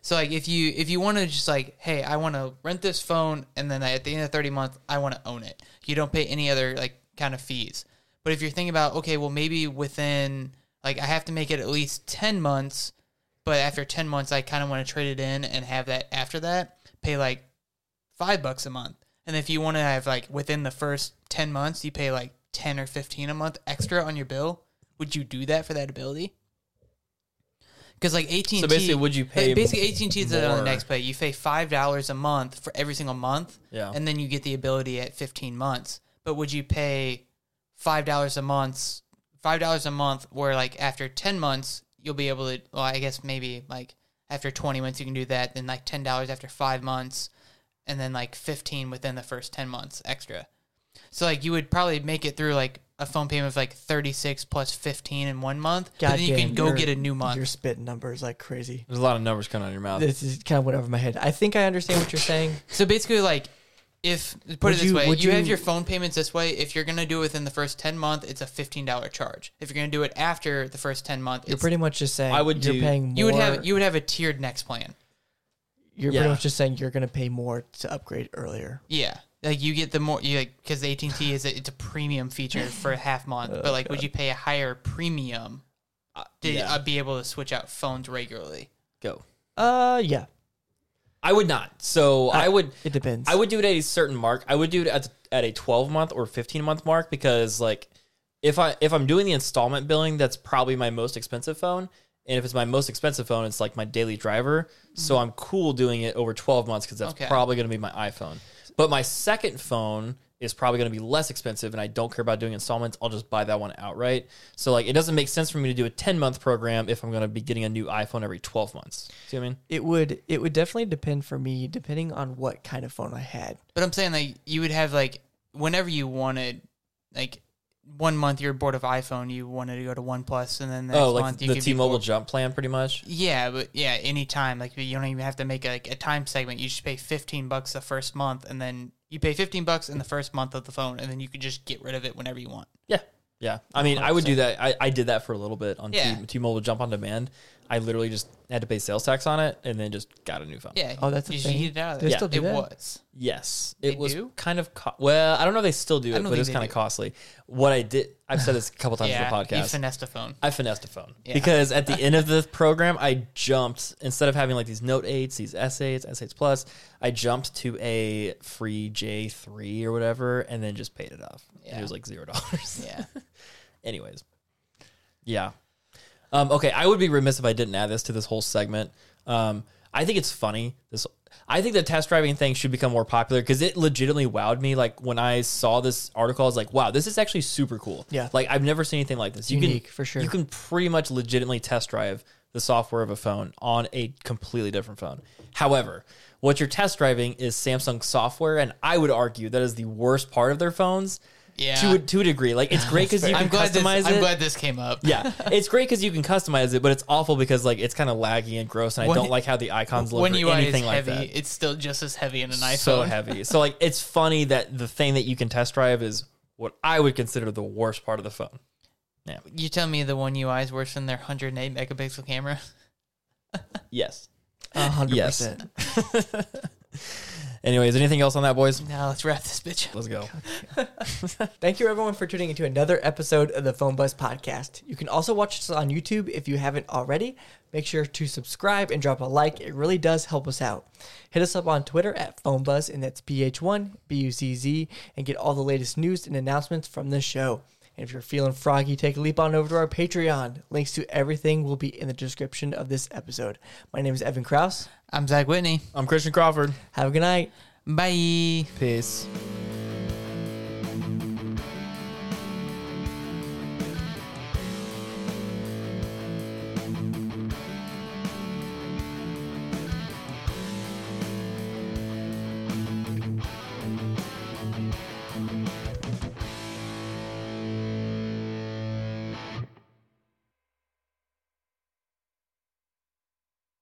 C: So like if you if you want to just like hey I want to rent this phone and then at the end of 30 months I want to own it. You don't pay any other like kind of fees. But if you're thinking about okay well maybe within like I have to make it at least 10 months but after 10 months i kind of want to trade it in and have that after that pay like five bucks a month and if you want to have like within the first 10 months you pay like 10 or 15 a month extra on your bill would you do that for that ability because like 18
A: So basically, would you pay?
C: basically 18 t is on
A: more?
C: the next pay you pay five dollars a month for every single month
A: Yeah.
C: and then you get the ability at 15 months but would you pay five dollars a month five dollars a month where like after 10 months you'll be able to well i guess maybe like after 20 months you can do that then like ten dollars after five months and then like 15 within the first 10 months extra so like you would probably make it through like a phone payment of like 36 plus 15 in one month but then you
B: Goddamn,
C: can go
B: you're-
C: get a new month
B: You're spitting numbers like crazy.
A: There's a lot of numbers coming out of your mouth.
B: This is kind of went over my head. I think I understand what you're saying.
C: So basically, like, if put
B: Would
C: it this
B: you-
C: way,
B: would
C: you, have
B: you-
C: your phone payments this way. If you're gonna do it within the first ten month, it's a fifteen dollar charge. If you're gonna do it after the first ten month,
B: You're
C: it's,
B: pretty much just saying
A: I would
B: you're
A: do-
B: paying more.
C: you would have you would have a tiered next plan.
B: You're
A: Yeah.
B: pretty much just saying you're going to pay more to upgrade earlier.
C: Yeah, like you get the more you like because AT and T is a, it's a premium feature for a half month, but like, would you pay a higher premium to
A: yeah.
C: uh, be able to switch out phones regularly.
A: Go.
B: Uh, yeah,
A: I would not. So I would.
B: it depends.
A: I would do it at a certain mark. I would do it at, at a 12 month or 15 month mark because like if I if I'm doing the installment billing, that's probably my most expensive phone. And if it's my most expensive phone, it's like my daily driver. So I'm cool doing it over 12 months because that's
C: Mm-hmm. Okay.
A: probably going to be my iPhone. But my second phone is probably going to be less expensive, and I don't care about doing installments. I'll just buy that one outright. So like, it doesn't make sense for me to do a 10 month program if I'm going to be getting a new iPhone every 12 months. See what I mean?
B: it would it would definitely depend for me, depending on what kind of phone I had.
C: But I'm saying like you would have like whenever you wanted, like one month you're bored of iPhone, you wanted to go to OnePlus, and then the next
A: oh, like
C: month you
A: the
C: could
A: T-Mobile
C: Be bored.
A: Jump plan, pretty much.
C: Yeah, but yeah, anytime like you don't even have to make like a time segment. You just pay 15 bucks the first month, and then you pay 15 bucks in the first month of the phone, and then you can just get rid of it whenever you want.
A: Yeah. Yeah. I mean, I would do that. I, I did that for a little bit on
C: Yeah.
A: T- T-Mobile Jump on Demand. I literally just had to pay sales tax on it and then just got a new phone.
C: Yeah.
B: Oh, that's a
C: you
B: thing?
C: You get it out of
B: They
C: there.
A: Yeah. still
B: do
C: it
B: that?
C: was.
A: Yes. It
C: They
A: was
C: do?
A: kind of co- well, I don't know if they still do it,
C: don't
A: but
C: think
A: it was
C: they
A: kind of
C: do.
A: costly. What I did I've said this a couple times
C: yeah.
A: on the
C: You
A: podcast.
C: finessed a phone.
A: I finessed a phone
C: Yeah.
A: because at the
C: (laughs)
A: end of the program, I jumped instead of having like these Note eights, these S eights, S eights plus. I jumped to a free J three or whatever, and then just paid it off. And
C: Yeah.
A: it was like zero dollars.
B: (laughs)
C: Yeah.
A: Anyways, yeah. Um, okay, I would be remiss if I didn't add this to this whole segment. Um, I think it's funny. This, I think the test driving thing should become more popular because it legitimately wowed me. Like when I saw this article, I was like, "Wow, this is actually super cool."
B: Yeah.
A: like I've never seen anything like this.
B: unique,
A: can,
B: for sure.
A: You can pretty much legitimately test drive the software of a phone on a completely different phone. However, what you're test driving is Samsung software, and I would argue that is the worst part of their phones.
C: Yeah.
A: to a, to a degree. Like it's
B: (laughs)
A: great because you can
C: I'm glad this.
A: customize
C: I'm
A: it.
C: glad this came
A: (laughs)
C: up. (laughs)
A: yeah, it's great because you can customize it, but it's awful because like it's kind of laggy and gross, and I
C: When-
A: don't like how the icons look
C: When
A: or
C: UI
A: anything
C: is
A: like
C: heavy,
A: that.
C: it's still just as heavy in an iPhone.
A: so heavy. So like it's funny that the thing that you can test drive is what I would consider the worst part of the phone.
C: You tell me the One UI is worse than their 108 megapixel camera. (laughs)
A: Yes.
B: A hundred
A: Yes.
B: percent.
A: Anyways, anything else on that, boys?
C: Now let's wrap this bitch up.
A: Let's go.
B: Thank you everyone for tuning into another episode of the Phone Buzz Podcast. You can also watch us on YouTube if you haven't already. Make sure to subscribe and drop a like. It really does help us out. Hit us up on Twitter at Phone Buzz, and that's PH1 BUZZ, and get all the latest news and announcements from the show. And if you're feeling froggy, take a leap on over to our Patreon. Links to everything will be in the description of this episode. My name is Evan Kraus.
C: I'm Zach Whitney.
A: I'm Christian Crawford.
B: Have a good night.
C: Bye.
A: Peace.